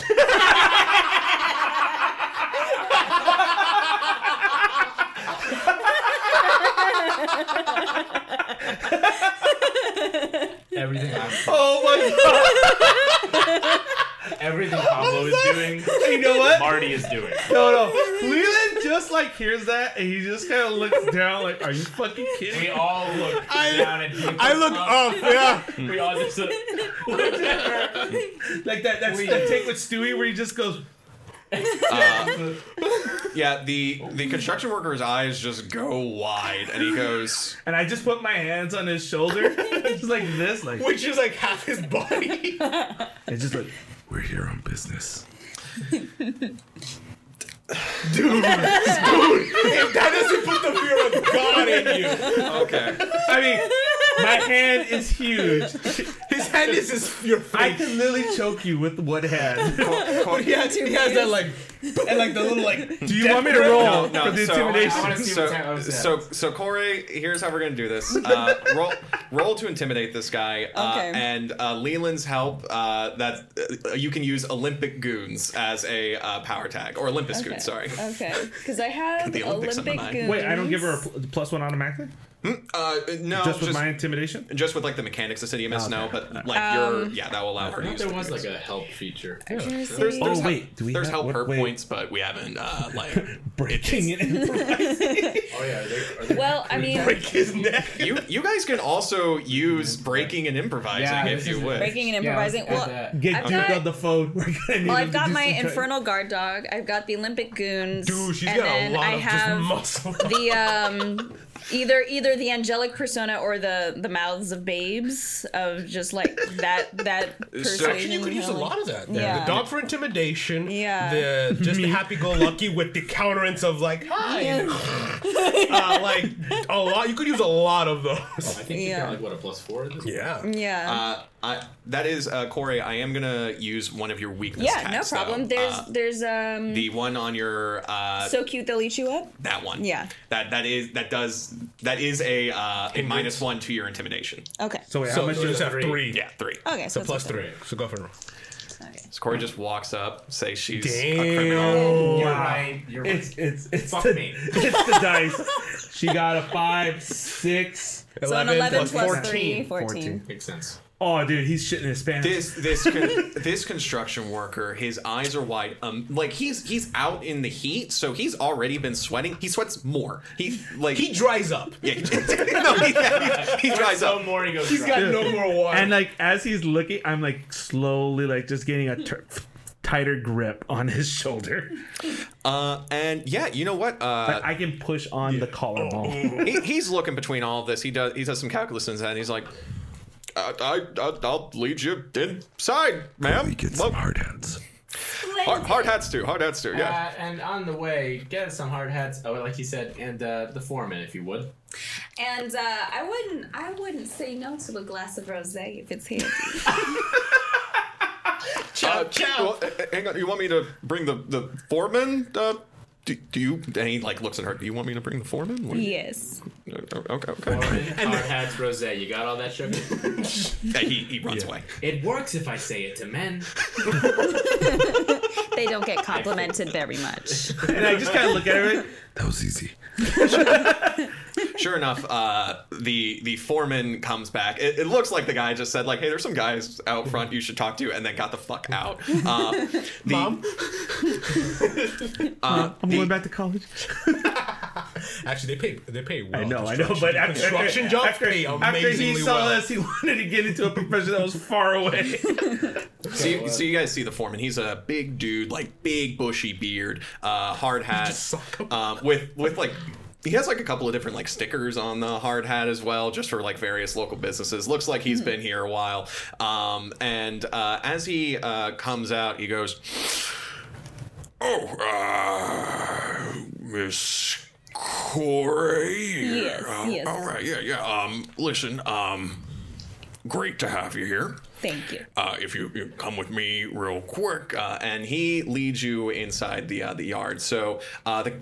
everything I'm, Oh my everything Pablo is doing, god! You know what? Marty is doing. No, no. Leland just like hears that and he just kind of looks down like, are you fucking kidding We me? all look down at people. I look up. Yeah. We all just look. Like that, that's We- that take with Stewie where he just goes, Yeah, the the construction worker's eyes just go wide, and he goes, and I just put my hands on his shoulder. just like this, like, Which is like half his body. it's just like, We're here on business. That doesn't put the fear of God than you. Okay. I mean, my hand is huge. His hand is his, your face. I can literally choke you with one hand. But he has, he has that like, and like the little like. Do you want me to No, roll no, for the so- intimidation? So, so, so, Corey, here's how we're gonna do this. Uh, roll, roll to intimidate this guy, uh, Okay. and uh, Leland's help. Uh, that uh, you can use Olympic goons as a uh, power tag, or Olympus okay. goons. Sorry. Okay, because I have The Olympics on the Olympic mind. goons. Wait, I don't give her a pl- plus one automatically. Uh, no, just with my Oh, intimidation. Just with like the mechanics of City of Mist, no, but like your Um, yeah, that will allow her to use. there the was goons. like a help feature. I was gonna say- There's, there's Oh, help, wait, do we there's have- help what- her wait. points, but we haven't uh, like Breaking it. Oh yeah, Well, I mean, his neck. you you guys can also use breaking and improvising Yeah, if this you is- would. breaking and Yeah, improvising. let's do well, that. Get I've Duke got- on the phone. We're gonna need well, him I've to got do my some kind- infernal guard dog. I've got the Olympic goons. Dude, she's and got a then lot I of have just muscle. the um, either either the angelic persona or the the mouths of babes of just like that that. Actually, Actually, you persuasion, could use a know, like- lot of that. Yeah. Yeah. The dog for intimidation. Yeah. The just happy-go-lucky with the counterance of like, hi. uh, like a lot. You could use a lot of those. I think she's Yeah. got like what a plus four. At this Yeah. Mm. Yeah. Uh, I, that is uh, Corey. I am gonna use one of your weakness. yeah, no tags, though. problem. There's Uh, there's um the one on your uh, so cute they'll eat you up. that one. Yeah. That that is that does that is a uh, a minus one to your intimidation. Okay. So wait, how So much you is just that? have three. Yeah, three. Okay. So, So it's plus okay. three. So go for it. So Corey just walks up, say she's a criminal. Damn. You're right. You're right. It's it's it's Fuck the, me. it's the dice. She got a five, six. So an 11 plus, plus 3, 14. 14. Makes sense. Oh, dude, he's shitting his pants. This this con- this construction worker, his eyes are wide. Um, like he's he's out in the heat, so he's already been sweating. He sweats more. He like He dries up. yeah, no, he, he, he dries so up. more he goes. He's got no more water. and like as he's looking, I'm like slowly like just getting a tur tighter grip on his shoulder. Uh, and yeah, you know what? Uh, I can push on the collarbone. he, he's looking between all of this. He does he does some calculus in his head. And he's like, I, I, I, I'll lead you inside, ma'am. We get Well, some hard hats. hard, hard hats too. Hard hats too. Yeah. Uh, and on the way, get some hard hats. Oh, like he said, and uh, the foreman, if you would. And uh, I wouldn't, I wouldn't say no to a glass of rosé if it's handy. Uh, well, uh, uh, hang on. You want me to bring the the foreman? Uh, do, do you? And he like looks at her. Do you want me to bring the foreman? What do you- uh, yes. Okay. Okay. Foreman, hard hats, rosé. You got all that sugar? Yeah, he, he runs away. it works if I say it to men. They don't get complimented very much. and I just kind of look at her. Like, That was easy. Sure enough, uh, the the foreman comes back. It, it looks like the guy just said like, "Hey, there's some guys out front you should talk to," and then got the fuck out. Uh, the, Mom. I'm going back to college. Actually, they pay. They pay well. I know, I know, Construction- but after, construction jobs after, pay after he amazingly saw well. us, he wanted to get into a profession that was far away. So you, so you guys see the foreman. He's a big dude, like big bushy beard, uh, hard hat, suck him. um, with with like. He has like a couple of different like stickers on the hard hat as well, just for like various local businesses. Looks like Hmm. he's been here a while. Um, and uh, as he uh, comes out, he goes, Oh, uh, Miss Corey. Yes, Uh, yes. All right, yeah, yeah. Um, listen, um, great to have you here. Thank you. Uh, if you, you come with me real quick, "Work," uh, and he leads you inside the uh, the yard. So, uh, the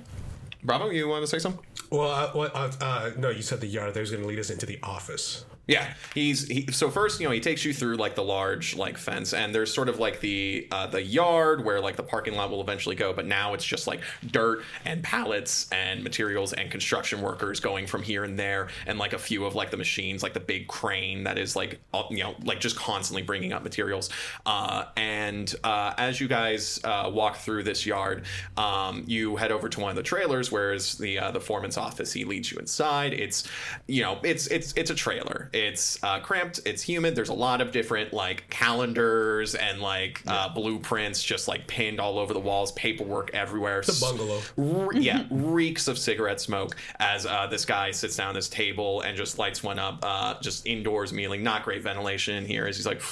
Bravo, you want to say something? Well, uh, what, uh, uh, no, you said the yard. They was going to lead us into the office. Yeah, he's he, so first. You know, he takes you through like the large like fence, and there's sort of like the uh, the yard where like the parking lot will eventually go, but now it's just like dirt and pallets and materials and construction workers going from here and there, and like a few of like the machines, like the big crane that is like all- you know like just constantly bringing up materials. Uh, and uh, as you guys uh, walk through this yard, um, you head over to one of the trailers, whereas the uh, the foreman's office. He leads you inside. It's you know it's it's it's a trailer. It's uh, cramped. It's humid. There's a lot of different like calendars and like uh, blueprints just like pinned all over the walls. Paperwork everywhere. It's a bungalow. yeah, reeks of cigarette smoke as uh, this guy sits down at his table and just lights one up. Uh, just indoors mealing. Not great ventilation in here. As he's like.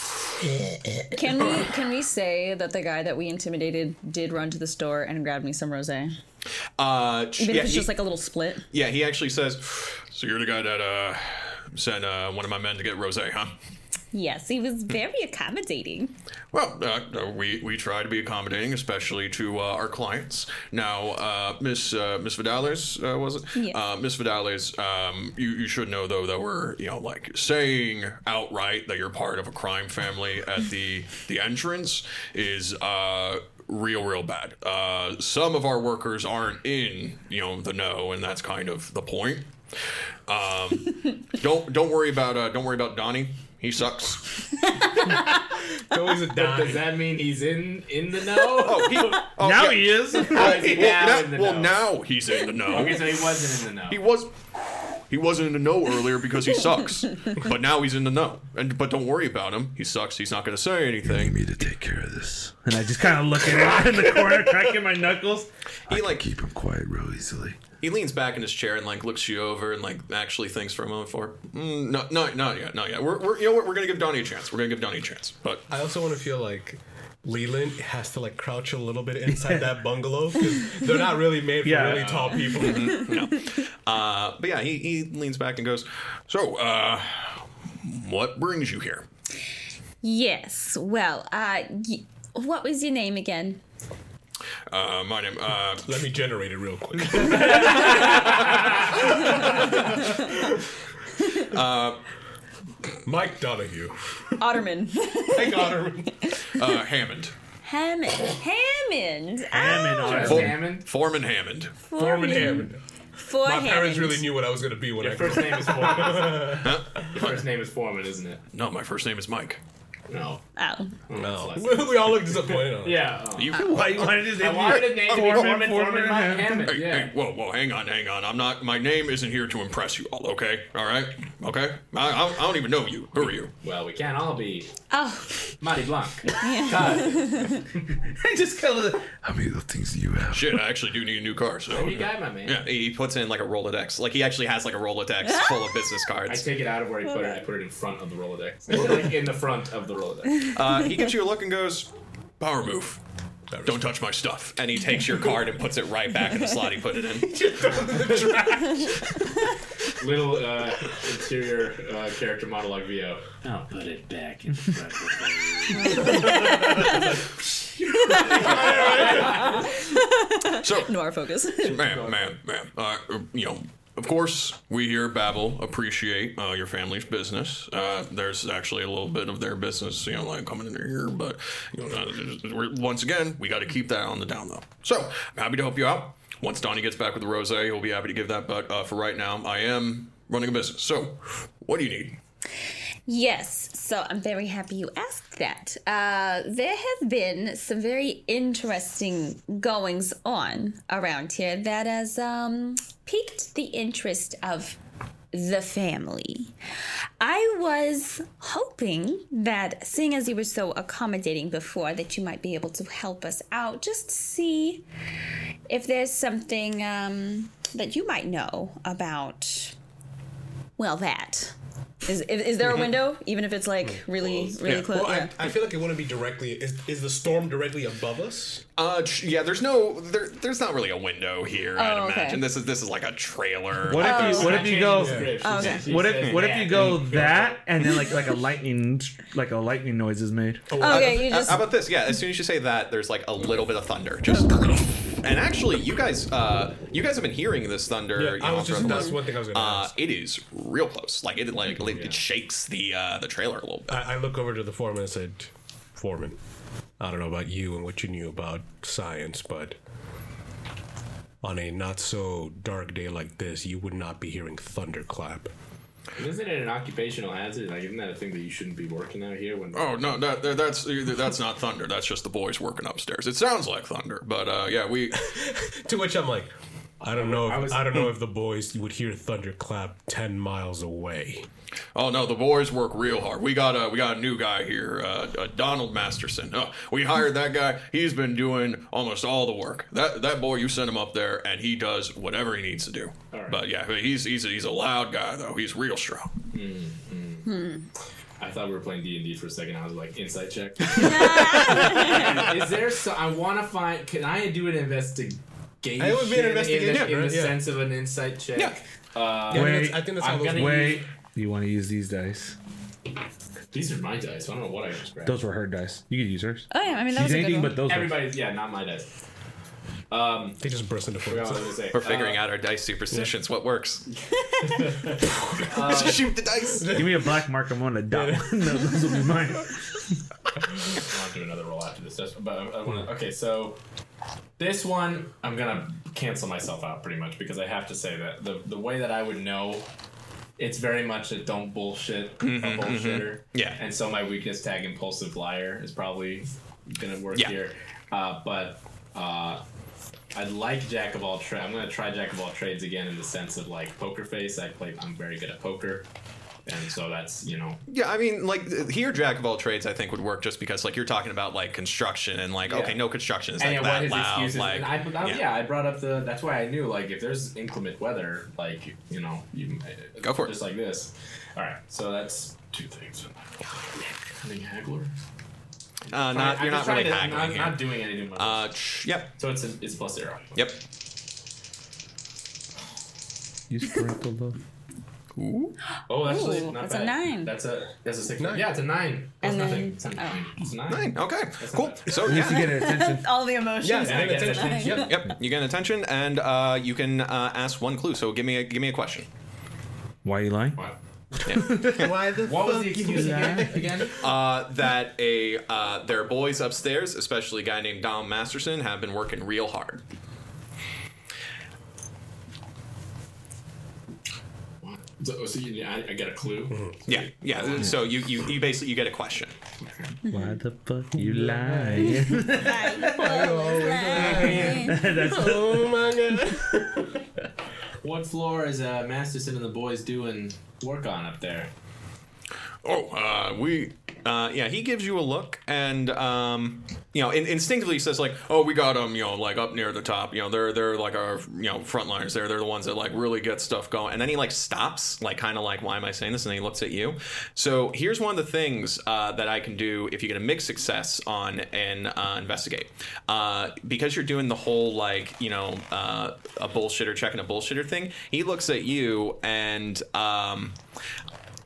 Can we can we say that the guy that we intimidated did run to the store and grab me some rosé? Uh, Even yeah, if it's he- just like a little split. Yeah, he actually says, So you're the guy that uh, sent uh, one of my men to get Rosé, huh? Yes, he was very accommodating. Well, uh, uh, we we try to be accommodating, especially to uh, our clients. Now, uh, Miss uh, Miss Vidales uh, was it? Yes. Uh, Miss Vidales, um, you you should know though that we're you know like saying outright that you're part of a crime family at the the entrance is. Uh, real real bad uh, some of our workers aren't in you know the know and that's kind of the point um, don't don't worry about uh, don't worry about donnie he sucks Does that mean he's in in the know? oh, he, now he is. well, now, well, now he's in the know. Okay, so he wasn't in the know. He was. He wasn't in the know earlier because he sucks, but now he's in the know. And but don't worry about him. He sucks. He's not going to say anything. You need to take care of this. And I just kind of look at him in the corner, cracking my knuckles. He like Keep him quiet real easily. he leans back in his chair and like looks you over and like actually thinks for a moment. For mm, no, no, not yet, not yet. We're, we're you know what? We're going to give Donnie a chance. We're going to give Donnie a chance. But I also want to feel like Leland has to like crouch a little bit inside that bungalow because they're not really made for Yeah. really tall people. Mhm, no. Uh, but yeah, he, he leans back and goes, So, uh, what brings you here? Yes. Well, uh, y- what was your name again? Uh, my name. Uh, Let me generate it real quick. uh, Mike Donahue. Otterman. Mike Otterman. Uh, Hammond. Hammond. Hammond. Ah, Hammond. For- Hammond? Foreman Hammond. Foreman Hammond. For My Hammond. parents really knew what I was going to be when I first grew name up. is Foreman. Huh? Your first name is Foreman, isn't it? No, my first name is Mike. No. Oh. No. we all look disappointed. On Yeah. uh, You, Why you wanted his name- I wanted a name to be Foreman, Foreman, Foreman, Mike Hammond. Hammond, Hey, yeah. hey, whoa, whoa, hang on, hang on. I'm not. My name isn't here to impress you all. Okay, all right, okay. I, I, I don't even know you. Who are you? Well, we can't all be Oh. Marty Blanc. Yeah. I just kind of. How many little things do you have? Shit, I actually do need a new car. So There you got it, my man. Yeah, he puts in like a Rolodex. Like he actually has like a Rolodex full of business I cards. take it out of where he put it. I put it in front of the Rolodex. Or like in the front of the Rolodex. Uh, he gives you a look and goes, Power move. Don't touch my stuff. and he takes your card and puts it right back in the slot he put it in. Little uh, interior uh, character monologue VO. I'll put it back in front So noir focus. ma'am, ma'am, ma'am. Uh, you know, of course, we here at Babel appreciate uh, your family's business. Uh, there's actually a little bit of their business, you know, like coming in here, but you know, uh, we're- once again, we got to keep that on the down low. So I'm happy to help you out. Once Donnie gets back with the rose, he'll be happy to give that. But uh, for right now, I am running a business. So, what do you need? Yes, so I'm very happy you asked that. Uh, there have been some very interesting goings on around here that has um, piqued the interest of the family. I was hoping that, seeing as you were so accommodating before, that you might be able to help us out just see if there's something um, that you might know about, well, that. Is, is, is there a Mhm. window, even if it's like really, really close? Well, yeah. I, I feel like it wouldn't be directly. Is, is the storm directly above us? Uh, ch- yeah, there's no, there, there's not really a window here. Oh, I'd okay. imagine this is this is like a trailer. What if Oh, you what if you go Yeah. what if what if you go that and then like like a lightning like a lightning noise is made? Oh, Oh, Uh, uh, How about this? Yeah, as soon as you say that, there's like a little bit of thunder. Just and actually, you guys, uh, you guys have been hearing this thunder. Yeah, you I throughout was just- the that's month. one thing I was gonna uh, It is real close. Like it, like it shakes the uh, the trailer a little bit. I, I look over to the foreman and said, "Foreman, I don't know about you and what you knew about science, but on a not so dark day like this, you would not be hearing thunderclap." Isn't it an occupational hazard? Like, isn't that a thing that you shouldn't be working out here? When Oh no, that, that- that's that's not thunder. That's just the boys working upstairs. It sounds like thunder, but uh, yeah, we. to which I'm like, I don't know. If, I, I was- don't know if the boys would hear thunderclap ten miles away. Oh no, the boys work real hard. We got a we got a new guy here, uh, uh, Donald Masterson. Uh, we hired that guy. He's been doing almost all the work. That that boy, you send him up there, and he does whatever he needs to do. But yeah, he's he's he's a loud guy though. He's real strong. I thought we were playing D and D for a second. I was like, insight check. Is there? So I want to find. Can I do an investigation? investigation. It would be an in the, investigation, in the right? Yeah. sense of an insight check. Yeah. Uh, Yeah, I mean, that's- I think that's how I'm those gonna work. use- You want to use these dice? these are my dice. I don't know what I just grabbed. Those were her dice. You could use hers. Oh, yeah, I mean, that She's was a good anything one. but those. Ones. Everybody's yeah, not my dice. Um, they just burst into flames. We're figuring Uh, out our dice superstitions. What works? Shoot the dice. Give me a black mark. I'm on a dot. one. no, those will be mine. I'll have to do another roll after this. that's- But I, I wanna, okay, so this one I'm gonna cancel myself out pretty much because I have to say that the the way that I would know it's very much a don't bullshit Mhm, a bullshitter. mhm. Yeah. And so my weakness tag impulsive liar is probably gonna work Yeah. here. Uh, but uh I'd like Jack of all trades. I'm gonna try Jack of all trades again in the sense of like poker face. I play. I'm very good at poker, and so that's you know Yeah, I mean, like here, jack of all trades, I think would work just because, like, you're talking about like construction and like, Yeah. okay, no construction is And like yeah, what that his loud. excuses- Like, and I, I, yeah. yeah. I brought up the. That's why I knew. Like, if there's inclement weather, like you know, you Go for it. Just like this. All right. So that's two things. Cunning haggler. Uh, not I'm you're just not trying really to- haggling I'm here. not doing anything. much. Uh, tch, yep, So it's a, it's plus zero. yep. Use parental love. Ooh. Oh, actually, Ooh, not that's a bad. nine. That's a that's a six. Nine. Yeah, it's a nine. That's And nothing. then- oh. it's a nine. It's a nine. Nine. Okay. cool. So At yeah. least you get an attention. All the emotions. Yeah, and you get it's a attention. nine. Yep, yep. You get an attention, and uh, you can uh, ask one clue. So give me a give me a question. Why are you lying? Why the what was the excuse again? again? Uh, that a uh, their boys upstairs, especially a guy named Dom Masterson, have been working real hard. So, so you, I, I get a clue. Mm-hmm. Yeah, yeah. So you, you, you basically you get a question. Why the fuck you lying? oh my god. what floor is uh, Masterson and the boys doing work on up there? Oh, uh, we. Uh, yeah, he gives you a look, and um, you know, in, instinctively he says like, "Oh, we got them, you know, like up near the top. You know, they're they're like our you know frontliners. They're they're the ones that like really get stuff going." And then he like stops, like kind of like, "Why am I saying this?" And then he looks at you. So here's one of the things uh, that I can do if you get a mixed success on an uh, investigate, uh, because you're doing the whole like you know uh, a bullshitter checking a bullshitter thing. He looks at you and. Um,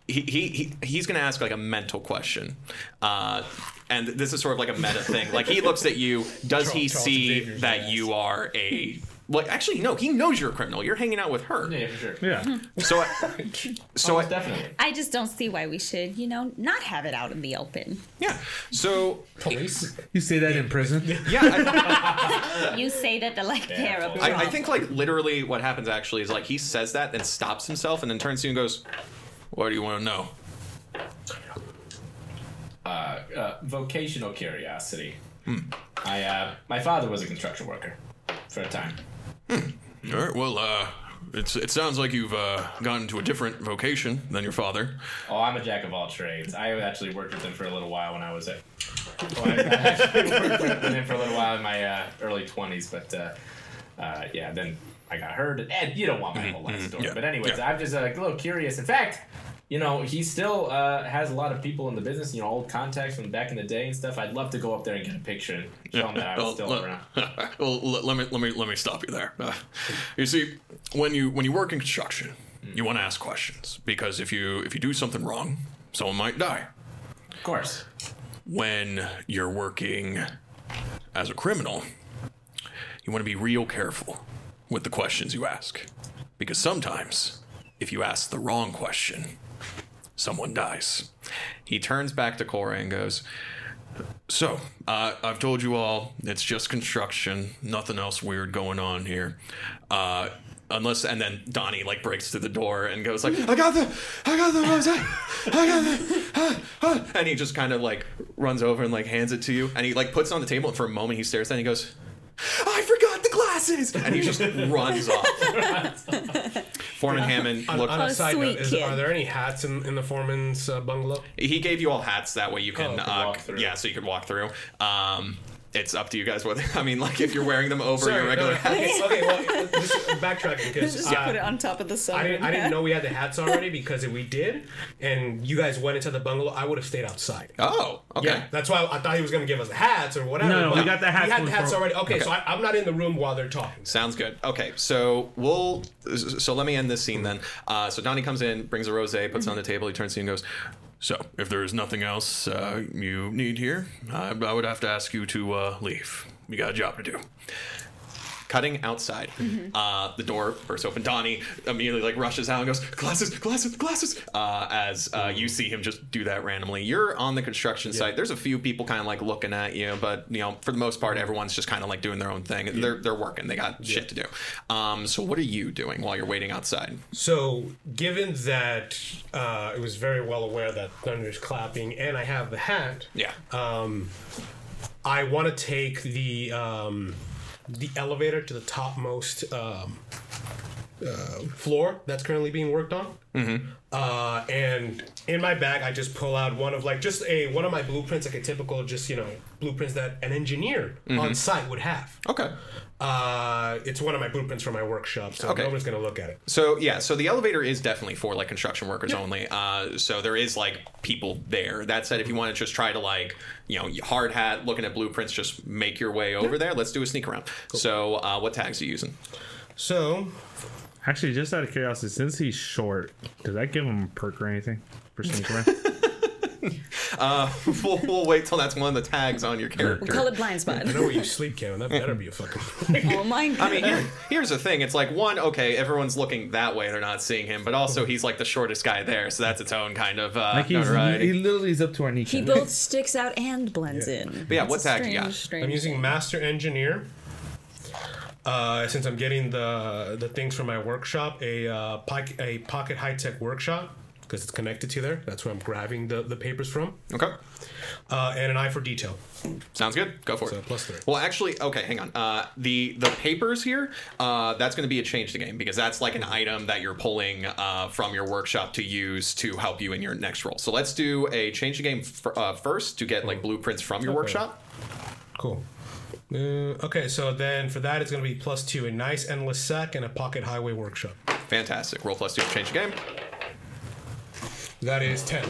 he, he, he he's going to ask like a mental question uh, and this is sort of like a meta thing like he looks at you does he Charles see that you are a like actually no he knows you're a criminal you're hanging out with her yeah Oh, for sure yeah so I, so I, definitely I just don't see why we should, you know, not have it out in the open. so police. You say that in prison? Yeah. I, you say that they're like they're a I, I problem. think like literally what happens actually is like he says that and stops himself and then turns to you and goes what do you want to know Uh, uh, vocational curiosity. Hmm. I uh, my father was a construction worker for a time. All right. Well, uh, it's it sounds like you've uh, gotten to a different vocation than your father. Oh, I'm a jack of all trades. I actually worked with him for a little while when I was at. Well, I I actually worked with him for a little while in my uh, early 20s, but uh, uh, yeah, then I got hurt. And you don't want my whole life story. But, anyways, I'm just uh, a little curious. In fact, you know, he still uh, has a lot of people in the business, you know, old contacts from back in the day and stuff. I'd love to go up there and get a picture and show him that I was Well, still let, around. well, let, let me let me let me stop you there. Uh, you see, when you when you work in construction, you want to ask questions because if you if you do something wrong, someone might die. Of course. When you're working as a criminal, you want to be real careful with the questions you ask because sometimes if you ask the wrong question, someone dies. he turns back to Cora and goes So, uh, I've told you all, it's just construction, nothing else weird going on here. Uh, unless and then Donnie like breaks through the door and goes like I got the, I got the rose, I got the. uh, and he just kind of like runs over and like hands it to you and he like puts it on the table and for a moment he stares at it and he goes I forgot the glasses. and he just runs off foreman hammond On, look on a side note, is, kid. are there any hats in, in the foreman's uh, bungalow? he gave you all hats that way you can, Oh, uh, yeah so you could walk through um it's up to you guys whether. I mean, like if you're wearing them over Sorry, your regular no, no, hat. okay, okay, well, just backtracking uh, because Just put it on top of the sun. I didn't, I didn't know we had the hats already because if we did, and you guys went into the bungalow, I would have stayed outside. Oh, okay. Yeah, that's why I thought he was going to give us the hats or whatever. No, no, but we got the hats We had when the we hats broke- already. Okay, Okay. so I, I'm not in the room while they're talking. Sounds good. Okay, so we'll. So let me end this scene then. Uh, so Donnie comes in, brings a rosé, puts it on the table. He turns to you and goes, So, if there is nothing else uh, you need here, I, I would have to ask you to uh, leave. You got a job to do. cutting outside. Uh, the door bursts open. Donnie immediately like rushes out and goes, glasses, glasses, glasses. Uh, as uh, you see him just do that randomly. You're on the construction site. There's a few people kind of like looking at you, but you know, for the most part, everyone's just kind of like doing their own thing. They're they're working. They got shit to do. Um, so what are you doing while you're waiting outside? So, given that uh, I was very well aware that thunder's clapping, and I have the hat, Yeah. um, I want to take the um, the elevator to the topmost um, uh, floor that's currently being worked on. Mm-hmm. Uh, and in my bag, I just pull out one of like just a one of my blueprints, like a typical just you know blueprints that an engineer Mhm. on site would have. Okay. Uh, it's one of my blueprints for my workshop, so Okay. no one's gonna look at it. So yeah, so the elevator is definitely for like construction workers only. Uh, so there is like people there. That said, if you want to just try to like you know hard hat, looking at blueprints, just make your way over there. Let's do a sneak around. So uh, what tags are you using? So, actually, just out of curiosity, since he's short, does that give him a perk or anything for sneak around? Uh, we'll, we'll wait till that's one of the tags on your character. We'll call it blind spot. I know where you sleep, Kevin. That better be a fucking. oh my god. I mean, here, here's the thing. It's like one, okay, everyone's looking that way; they're not seeing him. But also, he's like the shortest guy there, so that's its own kind of uh, like he's, notoriety. he literally is up to our knee. he both sticks out and blends in. But yeah, It's what a tag you got? strange, strange I'm using thing. Master Engineer. Uh, since I'm getting the the things from my workshop, a uh, poc- a pocket high tech workshop because it's connected to there. That's where I'm grabbing the, the papers from. Okay. Uh, and an eye for detail. Sounds good. Go for So it. plus three. Well, actually, okay, hang on. Uh, the the papers here, uh, that's going to be a change to game because that's like an item that you're pulling uh, from your workshop to use to help you in your next role. So let's do a change to game f- uh, first to get like blueprints from your Oh. Okay. workshop. Cool. Uh, okay, so then for that it's going to be plus two, a nice endless sack and a pocket highway workshop. Fantastic. Roll plus two to change the game. That is ten.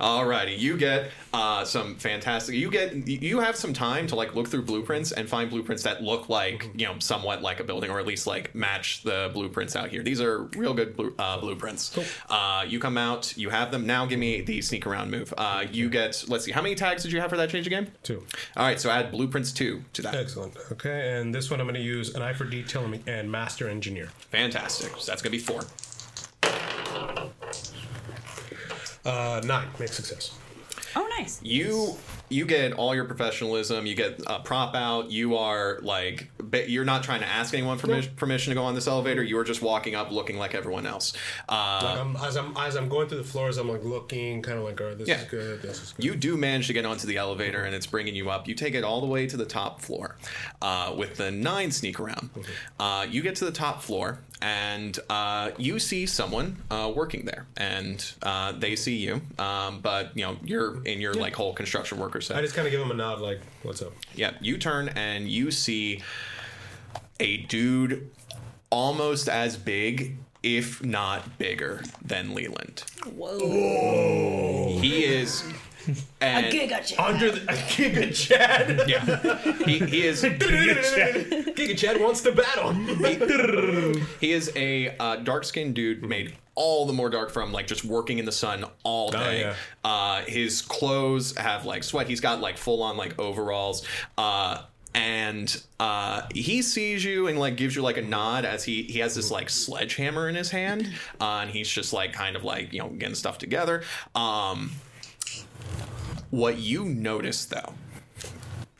Alrighty, you get uh, some fantastic. You get you have some time to like look through blueprints and find blueprints that look like you know somewhat like a building, or at least like match the blueprints out here. These are real good blue, uh, blueprints. Uh, you come out, you have them. Now give me the sneak around move. Uh, you get let's see, how many tags did you have for that change of game? Two. All right, so add blueprints two to that. Excellent. Okay, and this one I'm going to use an eye for detail and- and master engineer. Fantastic. So that's gonna be four. Uh, nine, make success. Oh, nice. You you get all your professionalism. You get a prop out. You are like ba- you're not trying to ask anyone permission permission to go on this elevator. You are just walking up, looking like everyone else. Like Uh, I'm, as I'm as I'm going through the floors, I'm like looking, kind of like, oh, this Yeah. is good, this is good. you do manage to get onto the elevator, and it's bringing you up. You take it all the way to the top floor uh, with the nine sneak around. Mm-hmm. Uh, you get to the top floor, and uh, you see someone uh, working there, and uh, they see you. Um, but you know you're in your like whole construction worker set. I just kind of give him a nod, like, what's up? Yeah, you turn and you see a dude almost as big, if not bigger, than Leland. Whoa. He is. And giga chad. Under the a giga Chad. Yeah. He, he is. giga Chad wants to battle. He is a uh, dark skinned dude made all the more dark from like just working in the sun all Oh, day. yeah. uh, his clothes have like sweat. He's got like full on like overalls. Uh, and uh, he sees you and like gives you like a nod as he he has this like sledgehammer in his hand uh, and he's just like kind of like you know getting stuff together. Um, what you notice though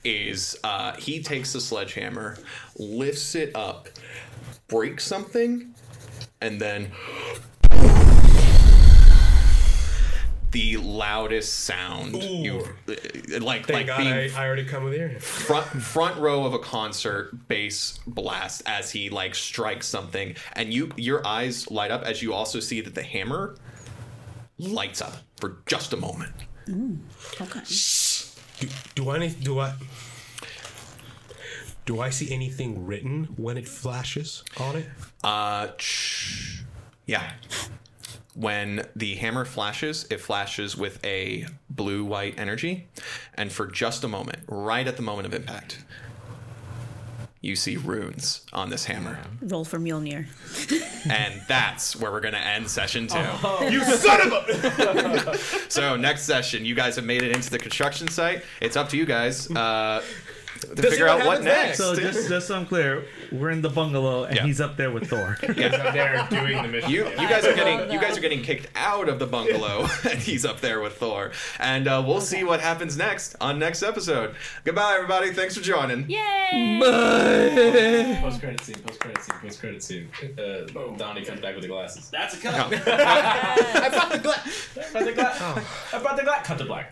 is uh, he takes the sledgehammer, lifts it up, breaks something, and then the loudest sound you uh, like Thank like God being I, I already come with here. front front row of a concert bass blast as he like strikes something and you your eyes light up as you also see that the hammer lights up for just a moment Okay. Do I need? Do I? Do I see anything written when it flashes on it? Uh, ch- yeah. When the hammer flashes, it flashes with a blue white energy. And for just a moment, right at the moment of impact, you see runes on this hammer. Roll for Mjolnir. And that's where we're going to end session two. You son of a. So, next session, you guys have made it into the construction site. It's up to you guys uh, to Let's figure see out what happens next. So just, just so I'm clear, we're in the bungalow and he's up there with Thor. You, you guys are getting you guys are getting kicked out of the bungalow, and he's up there with Thor. And uh, we'll see what happens next on next episode. Goodbye, everybody. Thanks for joining. Yay! Post credit scene. Post credit scene. Post credit scene. Uh, Donnie comes back with the glasses. That's a cut. I brought the glass. I brought the glass. I brought the glass. Cut to black.